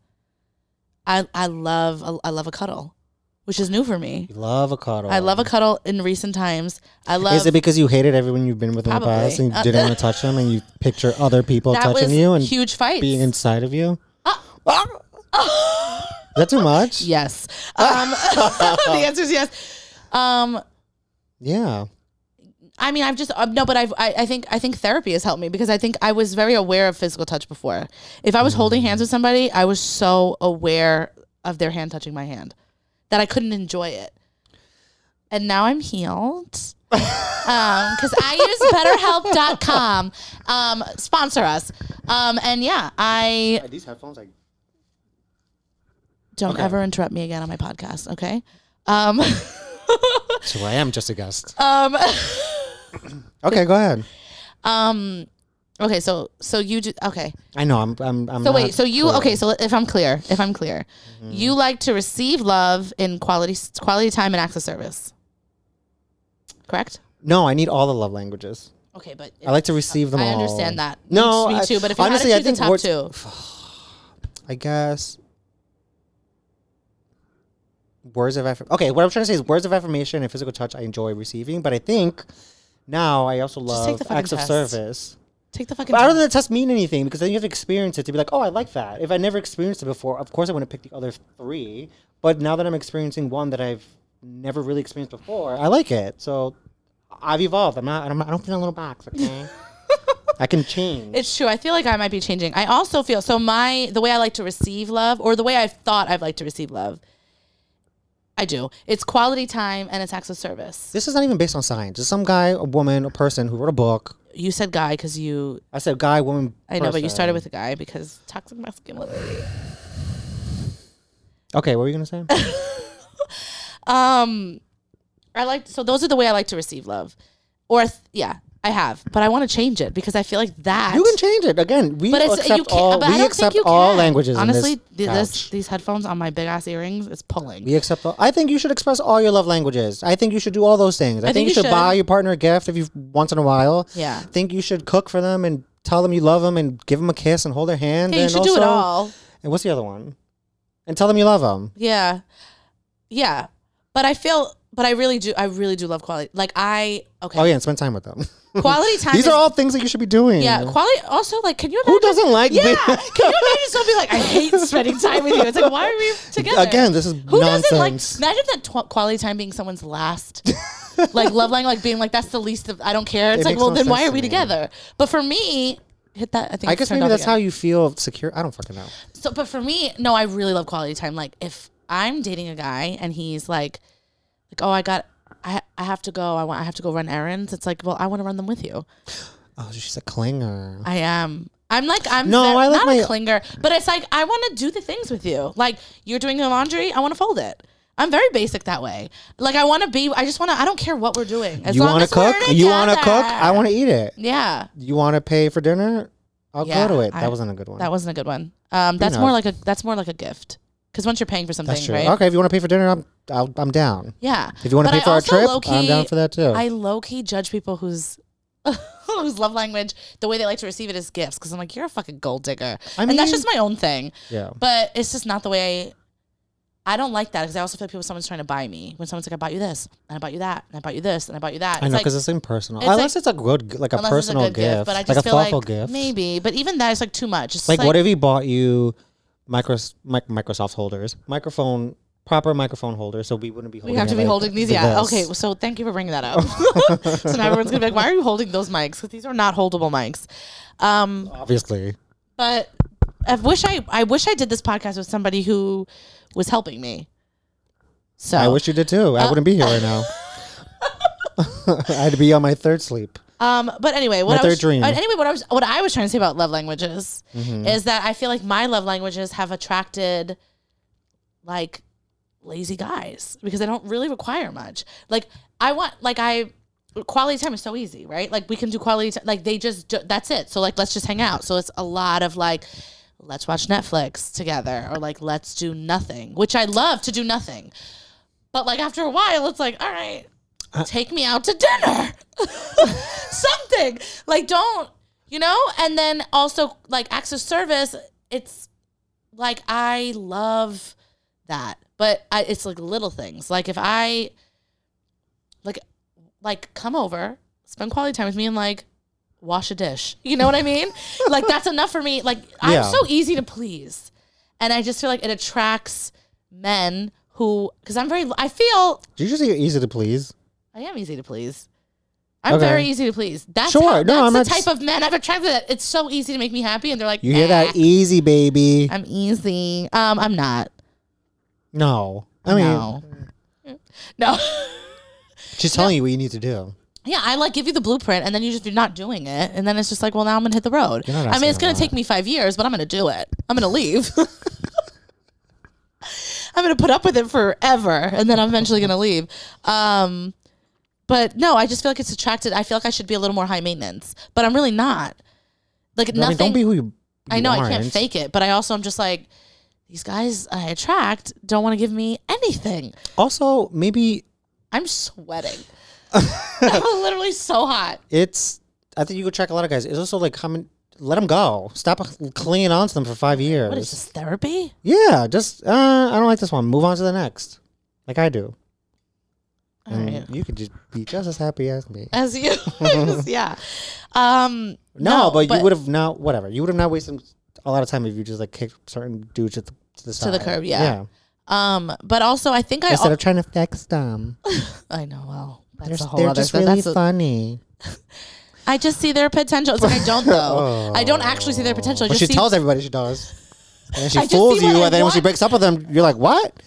Speaker 2: I I love a, I love a cuddle, which is new for me.
Speaker 1: You love a cuddle.
Speaker 2: I love a cuddle in recent times. I love
Speaker 1: Oh. Is it because you hated everyone you've been with in the
Speaker 2: Probably.
Speaker 1: past and you
Speaker 2: Uh,
Speaker 1: didn't want to touch them and you picture other people
Speaker 2: that was
Speaker 1: touching you and
Speaker 2: huge fights.
Speaker 1: being inside of you? Ah! Is that too much?
Speaker 2: Yes. Um, the answer is yes. Um,
Speaker 1: Yeah.
Speaker 2: I mean, I've just um, no, but I've I, I think I think therapy has helped me because I think I was very aware of physical touch before. If I was holding hands with somebody, I was so aware of their hand touching my hand that I couldn't enjoy it. And now I'm healed. um because i use betterhelp.com um sponsor us um and yeah i
Speaker 1: These headphones, like.
Speaker 2: don't ever interrupt me again on my podcast okay um
Speaker 1: So I am just a guest.
Speaker 2: um
Speaker 1: Okay, go ahead.
Speaker 2: Um. Okay. So so you do. Okay.
Speaker 1: I know. I'm. I'm. I'm
Speaker 2: So
Speaker 1: not
Speaker 2: wait. So you.
Speaker 1: clear. Mm-hmm.
Speaker 2: Okay. So if I'm clear, if I'm clear, you like to receive love in quality quality time and access service. Correct.
Speaker 1: No, I need all the love languages.
Speaker 2: Okay, but
Speaker 1: I like to receive them
Speaker 2: I
Speaker 1: all.
Speaker 2: understand that.
Speaker 1: No,
Speaker 2: me,
Speaker 1: I-
Speaker 2: too. But if you
Speaker 1: honestly, I
Speaker 2: had to
Speaker 1: think
Speaker 2: choose the top
Speaker 1: words-
Speaker 2: two,
Speaker 1: I guess. Words of affirmation. Okay, what I'm trying to say is words of affirmation and physical touch I enjoy receiving, but I think now I also
Speaker 2: Just take
Speaker 1: love
Speaker 2: the fucking
Speaker 1: acts of
Speaker 2: test.
Speaker 1: service.
Speaker 2: take the fucking.
Speaker 1: But I don't
Speaker 2: time.
Speaker 1: think the test mean anything because then you have to experience it to be like, oh, I like that. If I never experienced it before, of course I wouldn't pick the other three. But now that I'm experiencing one that I've never really experienced before, I like it. So I've evolved. I'm not. I'm, I don't fit in a little box. Okay, I can change.
Speaker 2: It's true. I feel like I might be changing. I also feel so my the way I like to receive love or the way I've thought I've liked to receive love. I do. It's quality time and it's access service.
Speaker 1: this is not even based on science. It's some guy, a woman, a person who wrote a book.
Speaker 2: You said guy because you
Speaker 1: I said guy, woman.
Speaker 2: I know, but you
Speaker 1: person.
Speaker 2: started with a guy because toxic masculinity.
Speaker 1: Okay, what were you gonna say?
Speaker 2: Um, I like so those are the way I like to receive love, or th- yeah, I have, but I want to change it because I feel like that.
Speaker 1: you can change it again. We
Speaker 2: but it's
Speaker 1: accept
Speaker 2: you can't.
Speaker 1: all.
Speaker 2: but I
Speaker 1: We
Speaker 2: don't
Speaker 1: accept
Speaker 2: think you
Speaker 1: all
Speaker 2: can.
Speaker 1: languages.
Speaker 2: Honestly,
Speaker 1: in
Speaker 2: th-
Speaker 1: this, couch.
Speaker 2: these headphones on my big ass earrings is pulling.
Speaker 1: We accept all. I think you should express all your love languages. I think you should do all those things. I, think, you should, buy your partner a gift if you once in a while.
Speaker 2: Yeah.
Speaker 1: I think you should cook for them and tell them you love them and give them a kiss and hold their hand.
Speaker 2: Yeah, you
Speaker 1: and
Speaker 2: should
Speaker 1: also,
Speaker 2: do it all.
Speaker 1: And what's the other one? And tell them you love them.
Speaker 2: Yeah, yeah, but I feel. But I really do. I really do love quality. Like I okay.
Speaker 1: Oh yeah, and spend time with them.
Speaker 2: Quality time.
Speaker 1: These
Speaker 2: is-
Speaker 1: are all things that you should be doing.
Speaker 2: yeah. Quality. Also, like, can you imagine?
Speaker 1: Who doesn't like
Speaker 2: Yeah.
Speaker 1: being-
Speaker 2: can you imagine someone be like, I hate spending time with you? It's like, why are we together?
Speaker 1: Again, this is
Speaker 2: Who
Speaker 1: nonsense.
Speaker 2: doesn't like? Imagine that tw- quality time being someone's last. like love language, like being like that's the least of I don't care. It's
Speaker 1: It
Speaker 2: like,
Speaker 1: makes
Speaker 2: well,
Speaker 1: no
Speaker 2: then why
Speaker 1: sense
Speaker 2: are we
Speaker 1: to me.
Speaker 2: together? But for me, hit that. I think
Speaker 1: I
Speaker 2: it's
Speaker 1: guess
Speaker 2: turned
Speaker 1: maybe
Speaker 2: off
Speaker 1: that's
Speaker 2: again.
Speaker 1: how you feel secure. I don't fucking know.
Speaker 2: So, but for me, no, I really love quality time. Like, if I'm dating a guy and he's like, like, oh, I got, I, I have to go. I want, I have to go run errands. It's like, well, I want to run them with you.
Speaker 1: Oh, she's a clinger.
Speaker 2: I am. I'm like, I'm
Speaker 1: No,
Speaker 2: ve-
Speaker 1: I like
Speaker 2: not
Speaker 1: my-
Speaker 2: a clinger, but it's like I want to do the things with you. Like, you're doing your laundry. I want to fold it. I'm very basic that way. Like, I want to be. I just want to. I don't care what we're doing. As
Speaker 1: you
Speaker 2: want to
Speaker 1: cook? You want to cook? I want to eat it.
Speaker 2: Yeah,
Speaker 1: You want to pay for dinner? I'll
Speaker 2: Yeah,
Speaker 1: go to it. That
Speaker 2: I-
Speaker 1: wasn't a good one.
Speaker 2: that wasn't a good one. Um, that's
Speaker 1: know.
Speaker 2: more like a. That's more like a gift. Because once you're paying for something,
Speaker 1: that's true.
Speaker 2: right?
Speaker 1: Okay, if you want to pay for dinner, I'm I'll, I'm down.
Speaker 2: Yeah.
Speaker 1: If you want to
Speaker 2: But
Speaker 1: pay
Speaker 2: I
Speaker 1: for our
Speaker 2: also
Speaker 1: trip, I'm
Speaker 2: low-key-
Speaker 1: down for that too.
Speaker 2: I low key judge people whose whose love language, the way they like to receive it is gifts, because I'm like, you're a fucking gold digger,
Speaker 1: I
Speaker 2: and that's
Speaker 1: mean-
Speaker 2: just my own thing.
Speaker 1: yeah.
Speaker 2: But it's just not the way. I, I don't like that because I also feel like people someone's trying to buy me when someone's like, I bought you this, and I bought you that, and I bought you that, and I bought you that.
Speaker 1: I know
Speaker 2: like,
Speaker 1: because it's impersonal.
Speaker 2: it's like-
Speaker 1: unless it's a good, like a
Speaker 2: unless it's
Speaker 1: personal
Speaker 2: good
Speaker 1: gift,
Speaker 2: but I just
Speaker 1: like a
Speaker 2: feel
Speaker 1: thoughtful
Speaker 2: like
Speaker 1: gift.
Speaker 2: maybe. But even that is like too much. It's
Speaker 1: Like,
Speaker 2: like,
Speaker 1: what if he bought you micros, mic, Microsoft holders, microphone, proper microphone holders, so we wouldn't be holding
Speaker 2: we have to
Speaker 1: it
Speaker 2: be
Speaker 1: like
Speaker 2: holding these.
Speaker 1: th-
Speaker 2: Yeah.
Speaker 1: this.
Speaker 2: Okay. So thank you for bringing that up. so now everyone's gonna be like, why are you holding those mics? Because these are not holdable mics. Um,
Speaker 1: Obviously.
Speaker 2: but I wish I I wish I did this podcast with somebody who was helping me. So
Speaker 1: I wish you did too.
Speaker 2: Uh,
Speaker 1: I wouldn't be here right now. I'd be on my third sleep.
Speaker 2: Um, but anyway, what
Speaker 1: My
Speaker 2: I was,
Speaker 1: third dream. Mm-hmm.
Speaker 2: uh, Anyway, what I was what I was trying to say about love languages is that I feel like my love languages have attracted like lazy guys because they don't really require much. Like I want like I quality time is so easy, right? Like we can do quality time. Like they just do, that's it. So like let's just hang out. So it's a lot of like let's watch Netflix together or like let's do nothing, which I love to do nothing. But like after a while, it's like all right, take me out to dinner. Something. Like don't, you know? And then also like acts of service, it's like I love that. But I, it's like little things. Like if I like like come over, spend quality time with me and like wash a dish. You know what I mean? like that's enough for me. Like I'm
Speaker 1: Yeah.
Speaker 2: so easy to please. And I just feel like it attracts men who cuz I'm very I feel
Speaker 1: Did you just say you're easy to please?
Speaker 2: I am easy to please. I'm
Speaker 1: Okay.
Speaker 2: very easy to please. That's
Speaker 1: Sure.
Speaker 2: how-
Speaker 1: No,
Speaker 2: that's
Speaker 1: I'm
Speaker 2: the
Speaker 1: not s-
Speaker 2: type of men I've attracted. That it's so easy to make me happy, and they're like,
Speaker 1: You hear that
Speaker 2: "Nah,
Speaker 1: easy, baby?
Speaker 2: I'm easy. Um, I'm not.
Speaker 1: No. I mean, uh,
Speaker 2: no, no.
Speaker 1: she's telling you what you need to do.
Speaker 2: yeah, I like give you the blueprint, and then you just you're not doing it, and then it's just like, well, now I'm gonna hit the road.
Speaker 1: You're not
Speaker 2: I mean, it's
Speaker 1: asking
Speaker 2: gonna
Speaker 1: a lot.
Speaker 2: take me five years, but I'm gonna do it. I'm gonna leave. I'm gonna put up with it forever, and then I'm eventually gonna leave. Um, but no, I just feel like it's attracted. I feel like I should be a little more high maintenance, but I'm really not. Like
Speaker 1: I mean,
Speaker 2: nothing.
Speaker 1: don't be who you, you
Speaker 2: I know I
Speaker 1: aren't.
Speaker 2: can't fake it, but I also am just like these guys I attract don't want to give me anything.
Speaker 1: Also, maybe
Speaker 2: I'm sweating. I'm literally so hot.
Speaker 1: it's, I think you could track a lot of guys. It's also like, how many, let them go. Stop clinging on to them for five years.
Speaker 2: What is this therapy?
Speaker 1: Yeah, just, uh, I don't like this one. Move on to the next. Like I do.
Speaker 2: All
Speaker 1: And
Speaker 2: right.
Speaker 1: You could just be just as happy as me.
Speaker 2: As you, yeah. Um,
Speaker 1: No, but, you would have not. Whatever, you would have not wasted a lot of time if you just like kicked certain dudes to the, to the
Speaker 2: To the
Speaker 1: side.
Speaker 2: curb, yeah. Um, but also I think I.
Speaker 1: Instead
Speaker 2: Al-
Speaker 1: of trying to fix them,
Speaker 2: I know. Well,
Speaker 1: they're,
Speaker 2: that's a whole
Speaker 1: they're
Speaker 2: other.
Speaker 1: just
Speaker 2: thing.
Speaker 1: really
Speaker 2: that's a-
Speaker 1: funny.
Speaker 2: I just see their potential. It's like I don't though. I don't actually see their potential. I
Speaker 1: But
Speaker 2: just
Speaker 1: she
Speaker 2: see-
Speaker 1: tells everybody she does, and then she
Speaker 2: I just
Speaker 1: fools
Speaker 2: see
Speaker 1: you,
Speaker 2: what
Speaker 1: and
Speaker 2: I
Speaker 1: then when she
Speaker 2: want.
Speaker 1: breaks up with them, you're like, "What?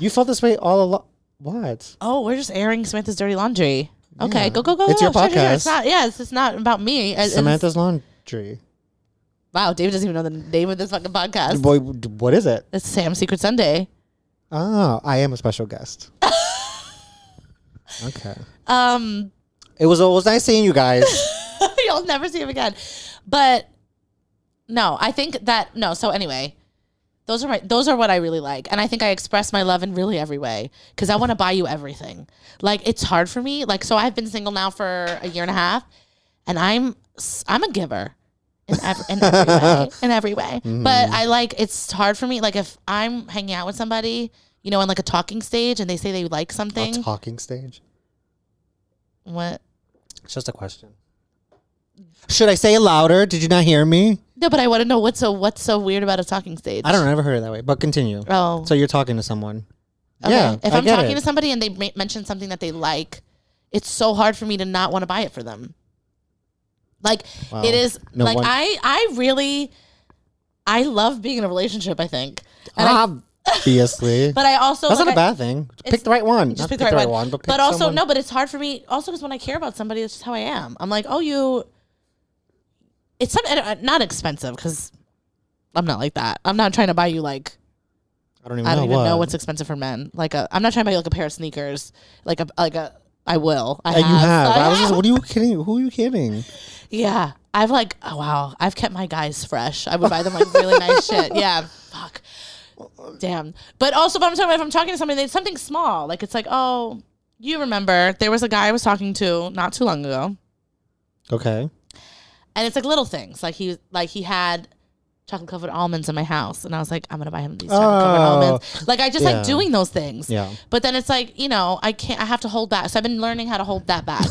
Speaker 1: You felt this way all along? What?
Speaker 2: Oh, we're just airing Samantha's dirty laundry. Okay,
Speaker 1: Yeah.
Speaker 2: go go go.
Speaker 1: It's
Speaker 2: go,
Speaker 1: your
Speaker 2: go. Sure, sure, sure.
Speaker 1: podcast.
Speaker 2: It's not. Yeah, it's, it's not about me. It- it's-
Speaker 1: Samantha's laundry.
Speaker 2: Wow, David doesn't even know the name of this fucking podcast.
Speaker 1: Boy, d- what is it?
Speaker 2: It's Sam Secret Sunday.
Speaker 1: Oh, I am a special guest. okay.
Speaker 2: Um,
Speaker 1: It was always nice seeing you guys.
Speaker 2: you'll never see him again. But no, I think that no. So anyway, those are my those are what I really like, and I think I express my love in really every way because I want to buy you everything. Like it's hard for me. Like so, I've been single now for a year and a half, and I'm s- I'm a giver. In, ev- in every
Speaker 1: Mm-hmm.
Speaker 2: way, in every way. But I like it's hard for me. Like if I'm hanging out with somebody, you know, on like a talking stage and they say they like something.
Speaker 1: A talking stage.
Speaker 2: what?
Speaker 1: It's just a question. Should I say it louder? Did you not hear me?
Speaker 2: No, but I want to know what's so what's so weird about a talking stage.
Speaker 1: I don't know. I never heard it that way. But continue.
Speaker 2: Oh,
Speaker 1: So you're talking to someone.
Speaker 2: okay.
Speaker 1: Yeah.
Speaker 2: if
Speaker 1: I
Speaker 2: I'm
Speaker 1: get
Speaker 2: talking
Speaker 1: it.
Speaker 2: to somebody and they ma- mention something that they like, it's so hard for me to not want to buy it for them. Like
Speaker 1: Wow.
Speaker 2: it is.
Speaker 1: No
Speaker 2: like
Speaker 1: one-
Speaker 2: I I really I love being in a relationship. I think, and I,
Speaker 1: Obviously.
Speaker 2: but I also
Speaker 1: Ah, That's
Speaker 2: like,
Speaker 1: not
Speaker 2: I-
Speaker 1: a bad thing. Pick
Speaker 2: it's-
Speaker 1: the right one.
Speaker 2: just
Speaker 1: Not
Speaker 2: pick the right, one.
Speaker 1: but, pick
Speaker 2: But also
Speaker 1: someone-
Speaker 2: no, but it's hard for me also because when I care about somebody, that's just how I am. I'm like, oh, you. It's some, I don't- not expensive because I'm not like that. I'm not trying to buy you like
Speaker 1: I don't even,
Speaker 2: I
Speaker 1: know,
Speaker 2: don't even
Speaker 1: what.
Speaker 2: know what's expensive for men. Like a, I'm not trying to buy you like a pair of sneakers. Like a like a I will. I
Speaker 1: Uh, you have.
Speaker 2: I
Speaker 1: I was just.
Speaker 2: have.
Speaker 1: What are you kidding? Who are you kidding?
Speaker 2: yeah. I've like oh wow. I've kept my guys fresh. I would buy them like really nice shit. Yeah. Fuck. Damn. But also, if I'm talking, if I'm talking to somebody, it's something small. Like it's like oh, you remember there was a guy I was talking to not too long ago.
Speaker 1: Okay.
Speaker 2: and it's like little things like he like he had chocolate covered almonds in my house and i was like i'm gonna buy him these chocolate covered
Speaker 1: Oh.
Speaker 2: almonds like i just
Speaker 1: Yeah.
Speaker 2: like doing those things
Speaker 1: Yeah.
Speaker 2: but then it's like you know i can't i have to hold back so i've been learning how to hold that back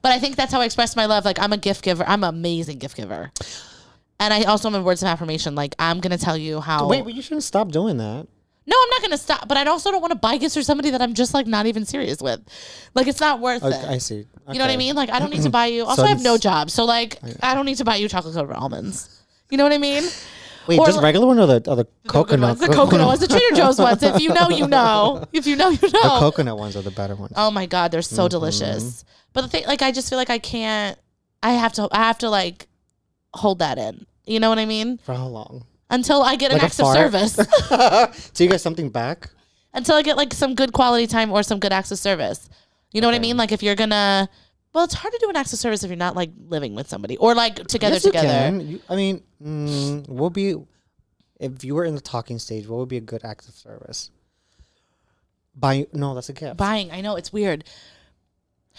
Speaker 2: but i think that's how i express my love like i'm a gift giver i'm an amazing gift giver and i also am a words of affirmation like i'm gonna tell you how
Speaker 1: Wait, but you shouldn't stop doing that.
Speaker 2: no i'm not gonna stop but i also don't want to buy gifts for somebody that i'm just like not even serious with like it's not worth
Speaker 1: Okay,
Speaker 2: it
Speaker 1: I see.
Speaker 2: you know what I
Speaker 1: Okay. Oh,
Speaker 2: mean? Like, I don't need to buy you. Also, I have no
Speaker 1: Sons.
Speaker 2: job, so like, I don't need to buy you chocolate covered almonds. You know what I mean?
Speaker 1: Wait,
Speaker 2: Or
Speaker 1: just
Speaker 2: like-
Speaker 1: regular one or the, or the coconut?
Speaker 2: ones, the coconut ones, the Trader Joe's ones. If you know, you know. If you know, you
Speaker 1: The
Speaker 2: know.
Speaker 1: coconut ones are the better ones.
Speaker 2: oh my god, they're
Speaker 1: Mm-hmm.
Speaker 2: so delicious. But the thing, like, I just feel like I can't. I have to. I have to like hold that in. You know what I mean?
Speaker 1: For how long?
Speaker 2: Until I get an
Speaker 1: Like a
Speaker 2: acts of
Speaker 1: fart?
Speaker 2: service.
Speaker 1: so you get something back?
Speaker 2: until I get like some good quality time or some good access service. You know what I
Speaker 1: Okay.
Speaker 2: mean? Like if you're gonna, well, it's hard to do an access service if you're not like living with somebody or like together
Speaker 1: Yes, you
Speaker 2: together.
Speaker 1: can. You- I mean, mm, what would be if you were in the talking stage? What would be a good act of service? Buy no, that's a gift.
Speaker 2: buying. I know it's weird.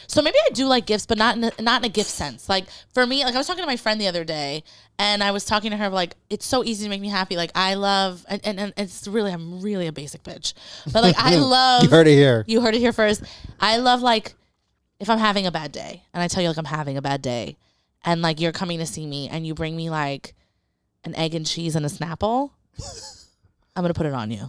Speaker 2: So maybe I do like gifts, but not in a, not in a gift sense. Like for me, like I was talking to my friend the other day, and I was talking to her like it's so easy to make me happy. Like I love, and and, and it's really I'm really a basic bitch, but like I love.
Speaker 1: you heard it here.
Speaker 2: You heard it here first. I love like if I'm having a bad day and I tell you like I'm having a bad day and like you're coming to see me and you bring me like an egg and cheese and a Snapple, I'm gonna put it on you.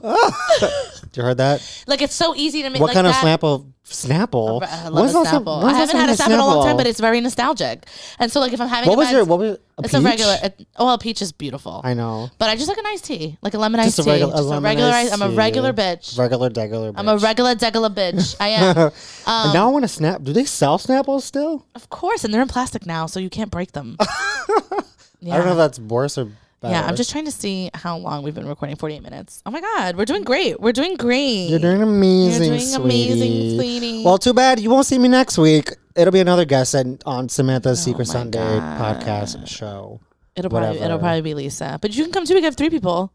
Speaker 1: You heard that?
Speaker 2: Like it's so easy to make
Speaker 1: what
Speaker 2: like
Speaker 1: kind
Speaker 2: that.
Speaker 1: of Snapple? Snapple.
Speaker 2: I love
Speaker 1: When's
Speaker 2: a
Speaker 1: the last time-
Speaker 2: Snapple. I
Speaker 1: when's the
Speaker 2: haven't had a
Speaker 1: last
Speaker 2: Snapple
Speaker 1: time you
Speaker 2: in a long time,
Speaker 1: Snapple?
Speaker 2: but it's very nostalgic. And so, like, if I'm having
Speaker 1: what
Speaker 2: a
Speaker 1: was
Speaker 2: bad-
Speaker 1: your what was a
Speaker 2: it's
Speaker 1: peach?
Speaker 2: a regular. it- oh, well, peach is beautiful.
Speaker 1: I know.
Speaker 2: but I just like a nice tea, like a lemon iced
Speaker 1: Just
Speaker 2: tea.
Speaker 1: a regular.
Speaker 2: just a
Speaker 1: lemon
Speaker 2: regular.
Speaker 1: iced
Speaker 2: ice- I'm a
Speaker 1: tea.
Speaker 2: regular bitch.
Speaker 1: Regular degular.
Speaker 2: I'm a Um,
Speaker 1: bitch.
Speaker 2: regular degula bitch. I am.
Speaker 1: And now I want to snap. Do they sell Snapples still?
Speaker 2: of course, and they're in plastic now, so you can't break them. yeah.
Speaker 1: I don't know if that's worse or better.
Speaker 2: yeah, I'm just trying to see how long we've been recording. 48 minutes. Oh my god, we're doing great. We're doing great.
Speaker 1: You're doing amazing,
Speaker 2: doing
Speaker 1: sweetie.
Speaker 2: amazing, sweetie.
Speaker 1: Well, too bad you won't see me next week. It'll be another guest on, on Samantha's Secret
Speaker 2: Oh my
Speaker 1: Sunday
Speaker 2: God.
Speaker 1: podcast show.
Speaker 2: it'll probably
Speaker 1: whatever.
Speaker 2: it'll probably be Lisa, but you can come too. We can have three people.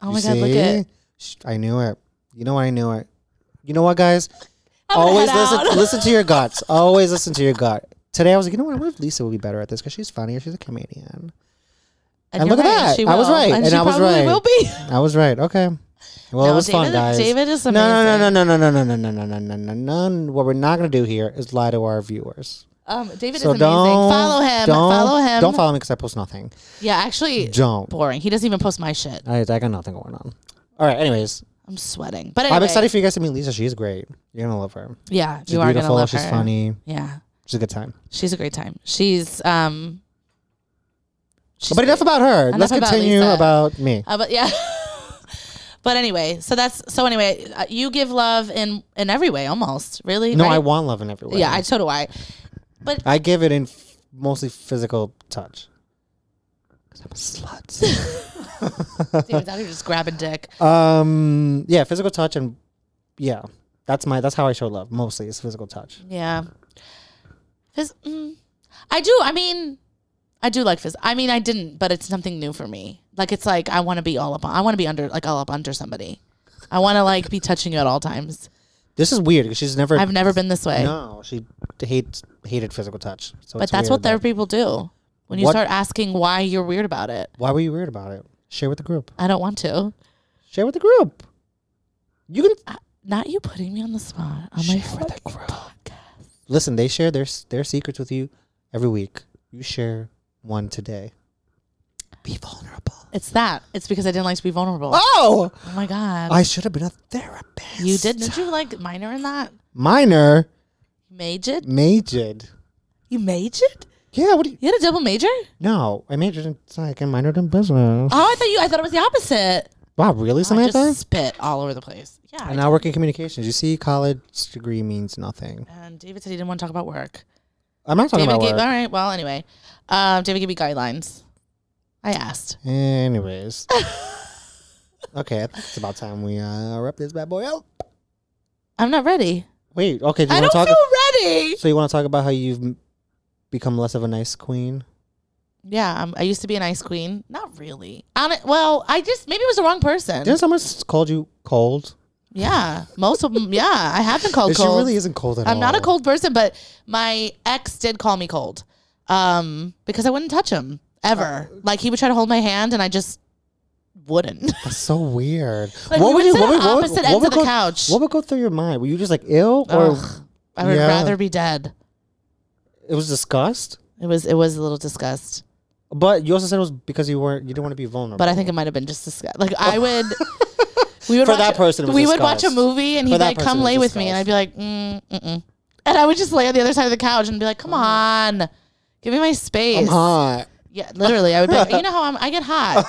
Speaker 2: Oh
Speaker 1: You
Speaker 2: my god, look
Speaker 1: see?
Speaker 2: at
Speaker 1: Sh- I knew it. You know what? I knew it. You know what, guys?
Speaker 2: I'm gonna
Speaker 1: Always
Speaker 2: head out.
Speaker 1: listen. listen to your guts. Always listen to your gut. Today I was like, you know what? I wonder if Lisa would be better at this because she's funnier. She's a comedian. And
Speaker 2: you're
Speaker 1: look at that.
Speaker 2: She
Speaker 1: I was
Speaker 2: will.
Speaker 1: right, and
Speaker 2: she
Speaker 1: I was
Speaker 2: probably
Speaker 1: right.
Speaker 2: will be.
Speaker 1: I was right. Okay. Well, it
Speaker 2: No,
Speaker 1: was fun,
Speaker 2: David-
Speaker 1: guys.
Speaker 2: David is
Speaker 1: no, no, no,
Speaker 2: amazing.
Speaker 1: no, no, no, no, no, no, no, no, no, no, no, no. What we're not gonna do here is lie to our viewers.
Speaker 2: Um, David
Speaker 1: So
Speaker 2: is amazing.
Speaker 1: don't
Speaker 2: Follow him.
Speaker 1: Don't,
Speaker 2: follow him.
Speaker 1: Don't follow me because I post nothing.
Speaker 2: Yeah, actually,
Speaker 1: Don't.
Speaker 2: boring. He doesn't even post my shit.
Speaker 1: I, I got nothing going on. All right. Anyways,
Speaker 2: I'm sweating. But anyway,
Speaker 1: I'm excited for you guys to meet Lisa. She's great. You're gonna love her.
Speaker 2: Yeah,
Speaker 1: She's
Speaker 2: you are gonna
Speaker 1: beautiful.
Speaker 2: love
Speaker 1: she's
Speaker 2: her.
Speaker 1: funny.
Speaker 2: Yeah,
Speaker 1: She's a good time.
Speaker 2: she's a great time. She's um. She's
Speaker 1: but enough about her.
Speaker 2: Enough
Speaker 1: Let's
Speaker 2: about
Speaker 1: continue
Speaker 2: Lisa.
Speaker 1: about me.
Speaker 2: Uh, but yeah. But anyway, so that's so. Anyway, uh, you give love in in every way, almost really.
Speaker 1: No,
Speaker 2: right?
Speaker 1: I want love in every way.
Speaker 2: Yeah, I, so do I. But
Speaker 1: I give it in f- mostly physical touch. 'Cause I'm a slut.
Speaker 2: David's out here just grabbing dick.
Speaker 1: Um, yeah, physical touch and yeah, that's my that's how I show love mostly is physical touch.
Speaker 2: Yeah. Phys- mm, I do. I mean, I do like phys. I mean, I didn't, but it's something new for me. Like it's like I want to be all up. On, I want to be under like all up under somebody. I want to like be touching you at all times.
Speaker 1: This is weird because she's never
Speaker 2: I've never been this way,
Speaker 1: no she hates hated physical touch. So
Speaker 2: but
Speaker 1: it's
Speaker 2: that's
Speaker 1: weird
Speaker 2: what
Speaker 1: that-
Speaker 2: therapy will do. When you
Speaker 1: What-
Speaker 2: start asking why you're weird about it,
Speaker 1: Why were you weird about it? Share with the group.
Speaker 2: I don't want to.
Speaker 1: Share with the group. You can
Speaker 2: Not you putting me on the spot on my fucking podcast.
Speaker 1: listen. They share their s- their secrets with you every week. You share one today. Be vulnerable.
Speaker 2: It's that. It's because I didn't like to be vulnerable. Oh,
Speaker 1: Oh,
Speaker 2: my god.
Speaker 1: I should have been a therapist.
Speaker 2: you did. Did you like minor in that?
Speaker 1: Minor,
Speaker 2: Majored?
Speaker 1: majored.
Speaker 2: You majored?
Speaker 1: Yeah. What do you?
Speaker 2: You had a double major?
Speaker 1: No, I majored in psych and minored in business.
Speaker 2: Oh, I thought you. I thought it was the opposite.
Speaker 1: Wow, really,
Speaker 2: I
Speaker 1: Samantha?
Speaker 2: just spit all over the place. Yeah. I
Speaker 1: and now work in communications. You see, college degree means nothing.
Speaker 2: did. and David said he didn't want to talk about work.
Speaker 1: I'm not talking
Speaker 2: David gave.
Speaker 1: about
Speaker 2: All
Speaker 1: work.
Speaker 2: right. Well, anyway, um, David gave me guidelines. I asked.
Speaker 1: Anyways. okay, I think it's about time we uh, wrap this bad boy up.
Speaker 2: I'm not ready.
Speaker 1: Wait, okay, do you
Speaker 2: I
Speaker 1: want
Speaker 2: don't
Speaker 1: to talk?
Speaker 2: feel ready.
Speaker 1: so you want to talk about how you've m- become less of a nice queen?
Speaker 2: Yeah, um, I used to be an ice queen. Not really. On it, well, I just maybe it was the wrong person.
Speaker 1: Didn't someone s- called you cold?
Speaker 2: yeah, most of them. Yeah, I have been called
Speaker 1: She
Speaker 2: Oh, cold.
Speaker 1: really isn't cold at all.
Speaker 2: I'm not a cold person, but my ex did call me cold um, because I wouldn't touch him ever.
Speaker 1: Uh,
Speaker 2: like he would try to hold my hand, and I just wouldn't.
Speaker 1: That's so weird.
Speaker 2: Like, we would sit on opposite ends of the
Speaker 1: go,
Speaker 2: couch.
Speaker 1: What would go through your mind? Were you just like ill, or
Speaker 2: Ugh, I would
Speaker 1: Yeah.
Speaker 2: rather be dead.
Speaker 1: it was disgust?
Speaker 2: It was it was a little disgust,
Speaker 1: But you also said it was because you weren't you didn't want to be vulnerable.
Speaker 2: but I think it might have been just disgust. Like I would. We would
Speaker 1: Oh. For
Speaker 2: watch,
Speaker 1: that person, it was
Speaker 2: we would watch
Speaker 1: disgust.
Speaker 2: a movie, and
Speaker 1: For
Speaker 2: he'd
Speaker 1: that
Speaker 2: like,
Speaker 1: person,
Speaker 2: "Come
Speaker 1: it was
Speaker 2: lay with me," and I'd be like, mm, "Mm-mm," and I would just lay on the other side of the couch and be like, "Come on, give me my
Speaker 1: Mm-hmm. I'm
Speaker 2: space."
Speaker 1: hot.
Speaker 2: Yeah, literally, I would. Be like, you know how I'm? I get hot.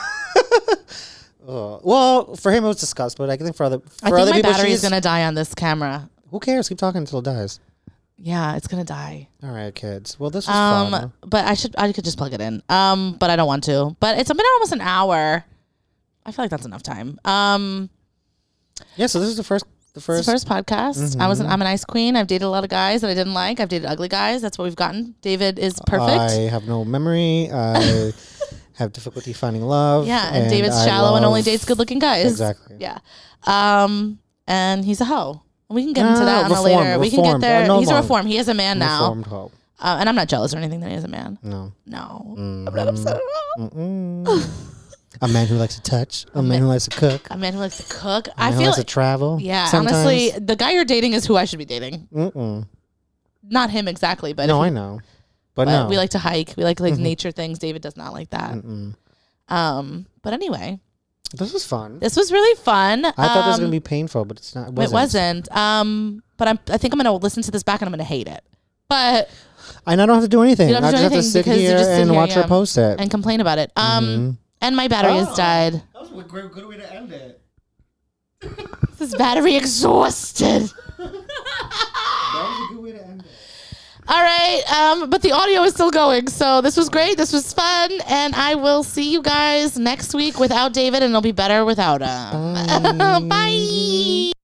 Speaker 1: Ugh. Well, for him it was disgust, but I think for other for
Speaker 2: I think
Speaker 1: other
Speaker 2: my
Speaker 1: people,
Speaker 2: battery
Speaker 1: she's
Speaker 2: is gonna die on this camera.
Speaker 1: who cares? Keep talking until it dies.
Speaker 2: Yeah, it's gonna die.
Speaker 1: All right, kids. Well, this was fun.
Speaker 2: Um, but I should I could just plug it in. Um, but I don't want to. But it's been almost an hour. I feel like that's enough time. Um,
Speaker 1: Yeah. So this is the first the
Speaker 2: it's
Speaker 1: first, Mm-hmm.
Speaker 2: the first podcast. I was an, I'm an ice queen. I've dated a lot of guys that I didn't like. I've dated ugly guys. That's what we've gotten. David is perfect.
Speaker 1: I have no memory. I have difficulty finding love.
Speaker 2: yeah, and, David's shallow and only dates good-looking guys.
Speaker 1: Exactly.
Speaker 2: Yeah. Um, and he's a hoe. We can get into
Speaker 1: No,
Speaker 2: that on a
Speaker 1: Ah, reformed,
Speaker 2: later. We can get
Speaker 1: reformed. Oh,
Speaker 2: there.
Speaker 1: No
Speaker 2: he's a
Speaker 1: longer.
Speaker 2: reform. He is a man now.
Speaker 1: Reformed hope.
Speaker 2: Uh, and I'm not jealous or anything that he is a man.
Speaker 1: No. Mm-hmm.
Speaker 2: No, I'm not upset at all.
Speaker 1: Mm. a man who likes to touch. A man who likes to cook.
Speaker 2: A man who likes to cook.
Speaker 1: A
Speaker 2: I
Speaker 1: man who
Speaker 2: feel
Speaker 1: likes
Speaker 2: like,
Speaker 1: to travel.
Speaker 2: yeah.
Speaker 1: sometimes.
Speaker 2: Honestly, the guy you're dating is who I should be dating.
Speaker 1: Mm-mm.
Speaker 2: Not him exactly, but,
Speaker 1: No,
Speaker 2: if
Speaker 1: I
Speaker 2: you-
Speaker 1: know. Mm-hmm. Mm. But,
Speaker 2: but
Speaker 1: no.
Speaker 2: we like to hike. We like like nature things. David does not like that.
Speaker 1: Mm-mm.
Speaker 2: Um, but anyway,
Speaker 1: This was fun.
Speaker 2: this was really fun.
Speaker 1: I thought this was
Speaker 2: Um,
Speaker 1: gonna be painful, but it's not. It
Speaker 2: It
Speaker 1: wasn't.
Speaker 2: wasn't. Um, but I'm, I think I'm gonna listen to this back and I'm gonna hate it. But
Speaker 1: And I don't have to do anything.
Speaker 2: You don't
Speaker 1: I
Speaker 2: have to
Speaker 1: just
Speaker 2: do
Speaker 1: have to sit
Speaker 2: anything because you
Speaker 1: here
Speaker 2: just sit
Speaker 1: and
Speaker 2: here,
Speaker 1: watch
Speaker 2: yeah.
Speaker 1: her post it.
Speaker 2: and complain about it. Um, and my battery has
Speaker 1: Oh.
Speaker 2: died.
Speaker 1: that was a great, good way to end it.
Speaker 2: This battery exhausted.
Speaker 1: That was a good way to end it.
Speaker 2: All right. Um, but the audio is still going. So this was great. This was fun. And I will see you guys next week without David, and it'll be better without him. Bye.